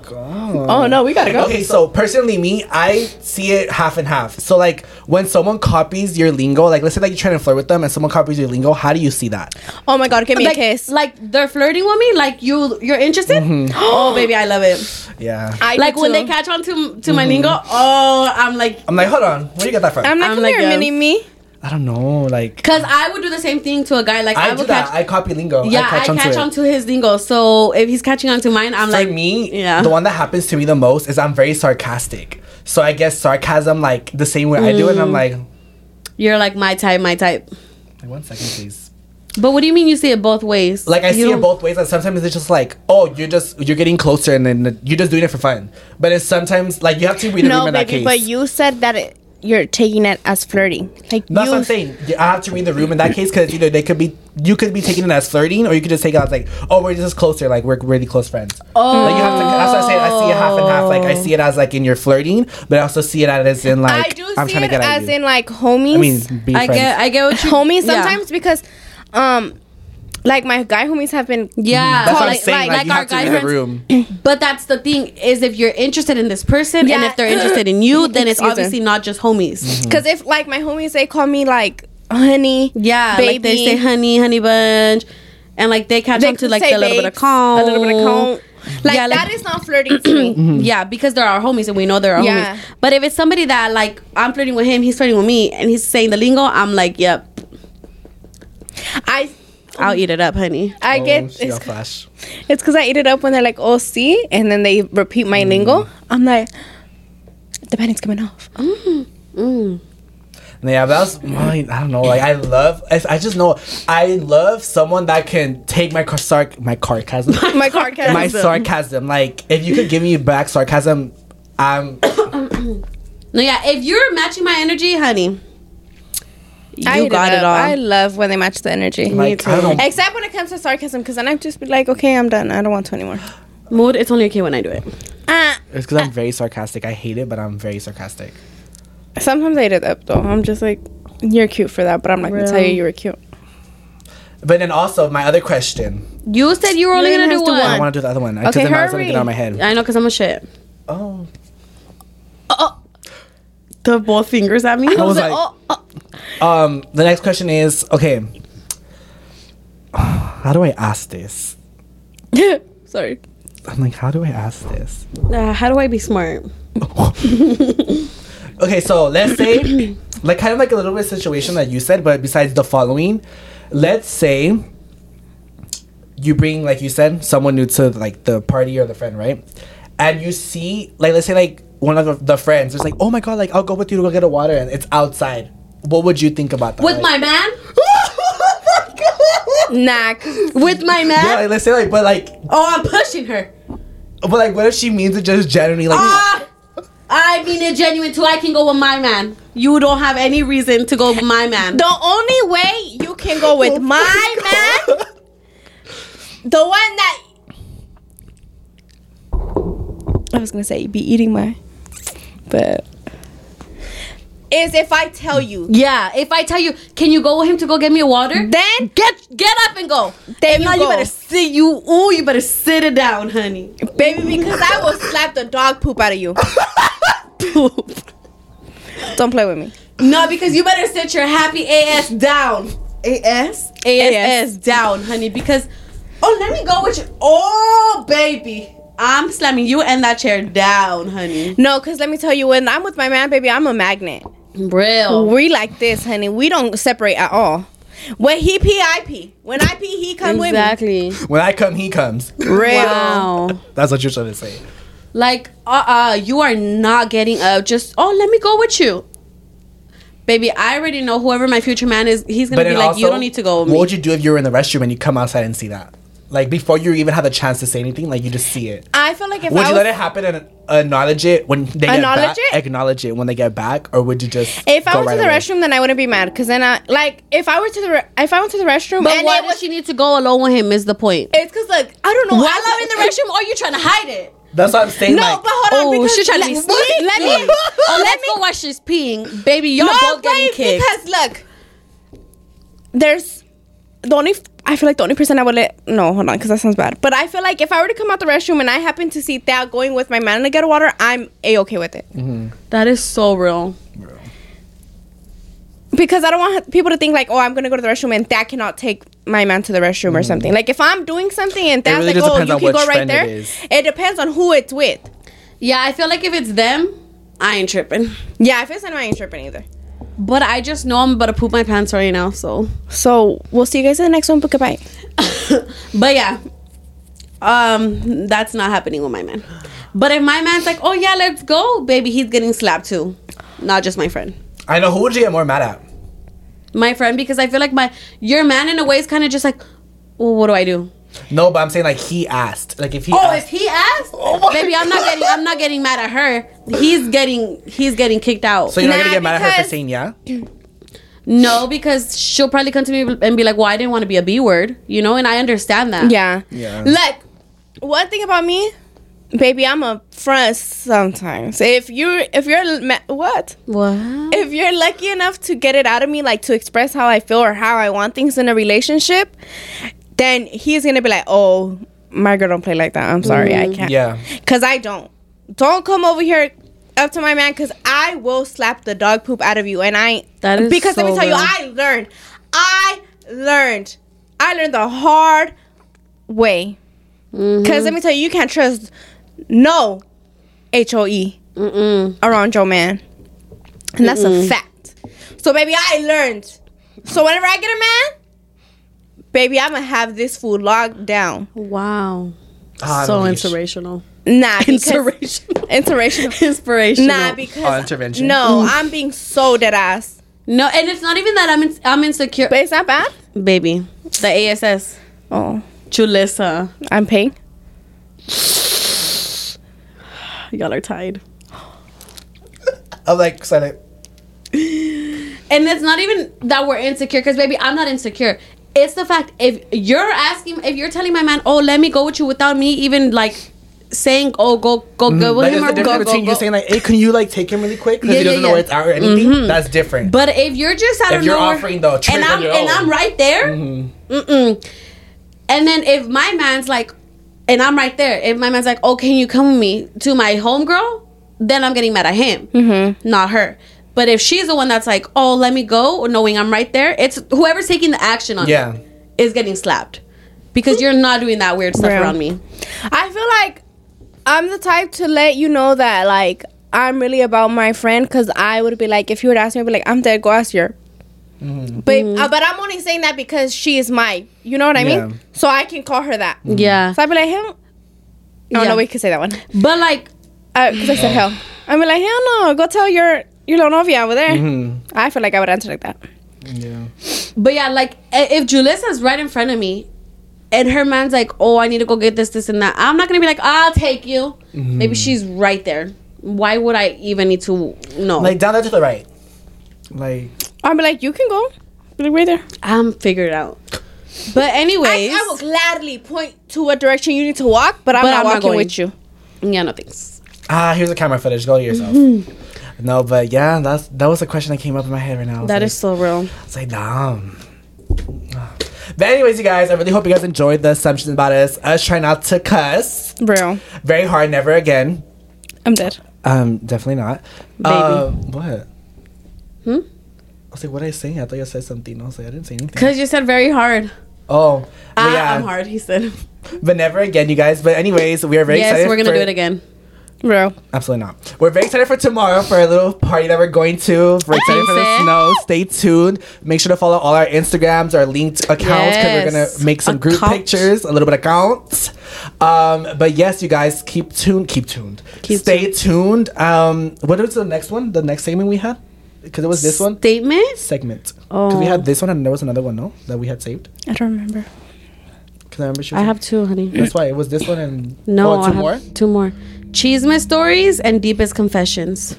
B: Oh no, we gotta go.
A: Okay, so personally, me, I see it half and half. So like, when someone copies your lingo, like let's say like you're trying to flirt with them, and someone copies your lingo, how do you see that?
B: Oh my god, give me
C: like,
B: a kiss. Mm-hmm.
C: like they're flirting with me. Like you, you're interested. oh, baby, I love it.
A: Yeah,
B: I
C: Like
B: do
C: when they
B: too.
C: catch on to to my lingo. Oh, I'm like,
A: I'm like, hold on, where you get that from?
B: I'm like,
C: I'm
B: come
C: like
B: here,
C: a-
B: mini me.
A: I don't know, like
C: cause I would do the same thing to a guy. Like I,
A: I, do
C: would
A: that.
C: catch.
A: I copy lingo.
C: yeah,
A: I catch on to it.
C: his lingo. So if he's catching on to mine, I'm
A: for
C: like
A: me,
C: Yeah.
A: the one that happens to me the most is I'm very sarcastic. So I guess sarcasm like the same way I do it. And I'm like, like
C: You're like my type, my type.
A: one second, please.
C: But what do you mean you see it both ways?
A: Like I
C: You
A: see it
C: don't-
A: both ways, and sometimes it's just like, oh, you're just you're getting closer, and then you're just doing it for fun. But it's sometimes like you have to read a room
B: No,
A: in that
B: baby,
A: case.
B: but you said that it, you're taking it as flirting. Like
A: That's
B: you,
A: what I'm saying. You- I have to read the room in that case because you know they could be you could be taking it as flirting, or you could just take it as like, oh, we're just closer, like we're really close friends. Oh, like you have to. That's what I say. I see it half and half. Like I see it as like in your flirting, but I also see it as in like
B: I do
A: I'm
B: see
A: trying to
B: it
A: get at
B: as
A: you.
B: in like homies.
A: I mean, be
C: I
A: friends.
C: get I get what you
B: homies
C: yeah.
B: sometimes because um like my guy homies have been
C: Yeah,
A: That's what I'm
C: like,
A: saying. Like,
C: like,
A: you
C: our
A: have to
C: guy
A: read the
C: friends.
A: room.
C: But that's the thing is, if you're interested in this person and
B: Yeah.
C: if they're interested in you, then it's
B: Excuse me.
C: obviously not just homies.
A: Mm-hmm.
B: because if like my homies they call me like honey
C: Yeah,
B: baby
C: like they say honey, honey bunch, and like they catch on to
B: could
C: like
B: say
C: the little bit of
B: babes,
C: calm,
B: a little bit of calm like,
C: Yeah, like-
B: that is not flirting to me
C: Yeah, because they're our homies and we know they're our
B: Yeah.
C: homies. But if it's somebody that like I'm flirting with him, he's flirting with me, and he's saying the lingo, I'm like, yep,
B: I
C: I'll eat it up, honey.
B: I
A: Oh,
B: get
A: she
B: it's
A: got flash.
B: It's because I eat it up when they're like, oh, see? And then they repeat
A: Mm.
B: my lingo. I'm like, the panic's coming off.
A: Yeah, but that's mine. I don't know. Like I love. I, I just know. I love someone that can take my car- sarc my sarcasm.
B: My car cat.
A: my sarcasm. Like if you could give me back sarcasm, I'm
C: No, yeah, if you're matching my energy, honey, you
B: I eat
C: got it,
B: up.
C: all.
B: I love when they match the energy.
A: like I don't.
B: Except when it comes to sarcasm, because then I've just been like, okay, I'm done. I don't want to anymore.
C: Mood, it's only okay when I do it.
B: Ah.
A: It's because I'm very sarcastic. I hate it, but I'm very sarcastic.
B: Sometimes I eat it up, though. I'm just like, you're cute for that, but I'm not going to tell you
C: Real.
B: you were cute.
A: But then also my other question.
C: You said you were only
B: You
C: gonna do
B: only
C: one.
A: I want to do the other one because
B: Okay,
A: then I was gonna
B: hurry.
A: get on my head.
C: I know, cause I'm a shit.
A: Oh,
C: The both fingers at me.
A: I was like, um, the next question is okay. How do I ask this?
B: Sorry.
A: I'm like, how do I ask this?
C: Uh, how do I be smart?
A: Okay, so let's say, like, kind of like a little bit situation that you said, but besides the following, let's say you bring, like you said, someone new to like the party or the friend, right? And you see, like, let's say, like one of the, the friends is like, "Oh my god, like I'll go with you to go get a water," and it's outside. What would you think about that?
C: With
A: Like-
C: my man?
B: Nah. 'cause-
C: With my man?
A: yeah, like, let's say, like, but like,
C: Oh, I'm pushing her.
A: but like, what if she means it just genuinely, like,
C: Ah, I mean it genuine too. I can go with my man. You don't have any reason to go with my man.
B: The only way you can go with
A: Oh
B: my man, the one that. I was gonna say, be eating my. But. Is if I tell you.
C: Yeah, if I tell you, can you go with him to go get me a water?
B: Then
C: Get get up and go.
B: There
C: If
B: you
C: not,
B: go.
C: you better sit. You ooh, you better sit it down, honey.
B: baby, because I will slap the dog poop out of you. Don't play with me.
C: No, because you better sit your happy ass down. AS? AS down, honey, because oh let me go with you. Oh baby. I'm slamming you and that chair down, honey.
B: No, because let me tell you, when I'm with my man, baby, I'm a magnet.
C: Real.
B: We like this, honey. We don't separate at all. When he pee, I pee. When I pee, he come
A: when I come, he comes.
B: with me. Real.
C: Wow.
A: That's what you're trying to say.
C: Like, uh uh, you are not getting up. Just, oh, let me go with you. Baby, I already know whoever my future man is, he's gonna
A: But
C: be
A: then
C: like, you
A: also,
C: don't need to go with
A: What
C: me.
A: would you do if you were in the restroom and you come outside and see that? Like before you even have a chance to say anything, like you just see it.
B: I feel like if
A: Would
B: I
A: you
B: was,
A: let it happen and acknowledge it when they get
B: Acknowledge
A: back?
B: it?
A: Acknowledge it when they get back, or would you just?
B: if I
A: go
B: went
A: right
B: to the
A: away?
B: restroom, then I wouldn't be mad because then I like if I were to the re- if I went to the restroom
C: but
B: and
C: why
B: it
C: does
B: was
C: she need to go alone with him is the point.
B: it's because like I don't know
C: While
B: I
C: I'm in
B: was-
C: the restroom, are you trying to hide it?
A: That's what I'm saying.
B: No,
A: like,
B: but hold on
C: oh,
B: because
C: she's trying to be
B: let-
C: sneaky.
B: Let me
C: oh,
B: let
C: let's
B: me
C: go while she's peeing. Baby, y'all
B: no wait
C: both getting kicked.
B: because look there's the only f- I feel like the only person I would let no hold on because that sounds bad but I feel like if I were to come out the restroom and I happen to see that going with my man to get water I'm a okay with it
A: Mm.
C: That is so real.
B: because I don't want people to think like, oh, I'm gonna go to the restroom and that cannot take my man to the restroom or something. Like if I'm doing something and that's
A: Mm. really
B: like,
A: just
B: oh,
A: depends
B: you
A: on
B: can
A: which
B: go right
A: friend it
B: there. It,
A: is.
B: depends on who it's with.
C: Yeah, I feel like if it's them, I ain't tripping.
B: Yeah, if it's in my ain't tripping either.
C: But I just know I'm about to poop my pants right now, so.
B: So we'll see you guys in the next one. But goodbye.
C: but yeah, um, that's not happening with my man. But if my man's like, oh yeah, let's go, baby, he's getting slapped too. Not just my friend.
A: I know. Who would you get more mad at?
C: My friend, because I feel like my your man in a way is kind of just like, well, what do I do?
A: No, but I'm saying like he asked. Like if he.
C: Oh, if
A: asked,
C: he asks,
A: my
C: baby, I'm not getting I'm not getting mad at her. He's getting he's getting kicked out.
A: so you're not
B: Nah,
A: gonna get mad at her for
B: because-
A: saying yeah.
C: no, because she'll probably come to me and be like, well, I didn't want to be a B word, you know, and I understand that.
B: Yeah.
A: Yeah.
B: Look, one thing about me, baby, I'm a front sometimes. If you're if you're l- ma- what
C: What?
B: if you're lucky enough to get it out of me, like to express how I feel or how I want things in a relationship, then he's gonna be like, "Oh, my girl don't play like that. I'm sorry, I can't."
A: Yeah.
B: Cause I don't. Don't come over here up to my man, cause I will slap the dog poop out of you. And I
C: That is
B: because let me
C: so
B: tell you,
C: real.
B: I learned, I learned, I learned the hard way.
C: Mm-hmm.
B: Cause let me tell you, you can't trust no H O E
C: Mm-mm.
B: around your man. And that's a fact. So baby, I learned. So whenever I get a man, baby, I'ma have this fool locked down.
C: Wow.
A: Ah,
C: so
A: unleash.
C: inspirational.
B: Nah, because
C: Inspirational.
B: inspirational.
C: inspirational.
B: Nah,
A: Oh,
B: because Mm.
A: intervention.
B: no, I'm being so dead ass.
C: no, and it's not even that I'm in, I'm insecure.
B: But it's not bad.
C: Baby, the ASS,
B: Oh,
C: Chulesa,
B: I'm paying.
C: y'all are tied.
A: I'm Oh, like, so like,
C: And it's not even that we're insecure, because baby, I'm not insecure. It's the fact if you're asking, if you're telling my man, oh, let me go with you without me even like saying, oh, go, go, go with
A: like,
C: him
A: there's
C: or
A: a
C: go,
A: difference
C: go,
A: between you
C: go.
A: saying like, hey, can you like take him really quick because
C: Yeah,
A: he doesn't
C: yeah,
A: know
C: yeah. Mm-hmm.
A: where it's at or anything? That's different.
C: But if you're just out
A: If
C: of
A: you're
C: nowhere,
A: offering the trick
C: and
A: on
C: I'm
A: your
C: and
A: own.
C: I'm right there,
A: Mm-hmm.
C: mm-mm. and then if my man's like, and I'm right there, if my man's like, oh, can you come with me to my homegirl? Then I'm getting mad at him, not her. But if she's the one that's like, oh, let me go, knowing I'm right there, it's whoever's taking the action on
A: yeah,
C: her is getting slapped because you're not doing that weird stuff
B: Yeah.
C: around me.
B: I feel like I'm the type to let you know that like I'm really about my friend because I would be like, if you would ask me, I'd be like, I'm dead, go ask her. But uh, but I'm only saying that because she is my, you know what I
A: Yeah.
B: mean. So I can call her that.
C: Yeah,
B: So I'd be like, hell. Oh, No,
C: Yeah.
B: no, we could say that one.
C: but like,
B: Because Uh, I said hell. I'd be like, hell no, go tell your your little novia over
A: Mm-hmm.
B: there. I feel like I would answer like that.
A: yeah.
C: But yeah, like i- if Julissa's right in front of me, and her man's like, "Oh, I need to go get this, this, and that," I'm not gonna be like, "I'll take you." Maybe
A: Mm.
C: she's right there. Why would I even need to know?
A: Like down there to the right. Like
B: I'd be like, you can go. Be like, right there.
C: I'm figured out. But
B: I,
C: anyways,
B: I will gladly point to what direction you need to walk, but I'm
C: But
B: not
C: I'm not
B: walking
C: going.
B: with you.
C: yeah, no thanks.
A: ah, here's a camera footage. Go yourself. No, but yeah, that's that was a question that came up in my head right now. I was
C: Mm-hmm.
A: like,
C: That is so real.
A: It's like, damn. But anyways, you guys, I really hope you guys enjoyed the assumptions about us. Us try not to cuss
B: Real.
A: very hard, never again.
B: I'm dead.
A: Um, definitely not.
C: Baby.
A: Um, what?
C: Hmm?
A: I was like, what are you saying? I thought you said something. I was like, I didn't say anything.
C: Cause you said very hard.
A: Oh, but
C: Ah,
A: yeah.
C: I'm hard. He said.
A: But never again, you guys. But anyways, we are very
C: Yes,
A: excited.
C: we're gonna
A: for-
C: do it again.
B: Real.
A: Absolutely not. We're very excited for tomorrow for a little party that we're going to. We're excited for the
C: Amazing.
A: snow. Stay tuned. Make sure to follow all our Instagrams, our linked accounts, because we're
C: Yes.
A: gonna make some group
C: Account.
A: pictures, a little bit of counts. Um, but yes, you guys keep tuned. Keep tuned.
C: Keep
A: Stay tuned. Um, what was the next one? The next segment we had? Because it was this one
C: Statement.
A: segment. Because we
C: Oh.
A: had this one and there was another one, no, that we had saved.
B: I don't remember.
A: Because I remember she was
C: I
A: like-
C: have two, honey.
A: That's why it was this one and
C: No,
A: oh, two
C: I have
A: more.
C: Two more. Cheeseman stories and deepest confessions.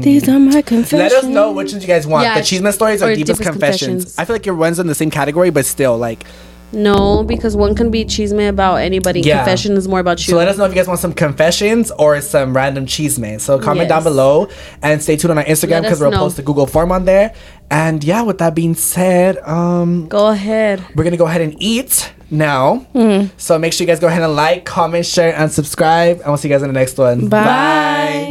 B: These are my confessions.
A: Let us know which ones you guys want.
C: Yeah,
A: the cheeseman stories or,
C: or
A: deepest,
C: deepest
A: confessions.
C: confessions.
A: I feel like your one's in the same category, but still, like,
C: No, because one can be cheeseman about anybody.
A: Yeah.
C: Confession is more about you.
A: so let us know if you guys want some confessions or some random cheeseman. So comment down
C: Yes.
A: below and stay tuned on our Instagram
C: Let
A: because
C: us
A: we'll
C: know.
A: post the Google form on there. And yeah, with that being said, um,
C: Go ahead.
A: we're gonna go ahead and eat now. So make sure you guys go ahead and like, comment, share, and subscribe. And we'll see you guys in the next one.
B: Bye.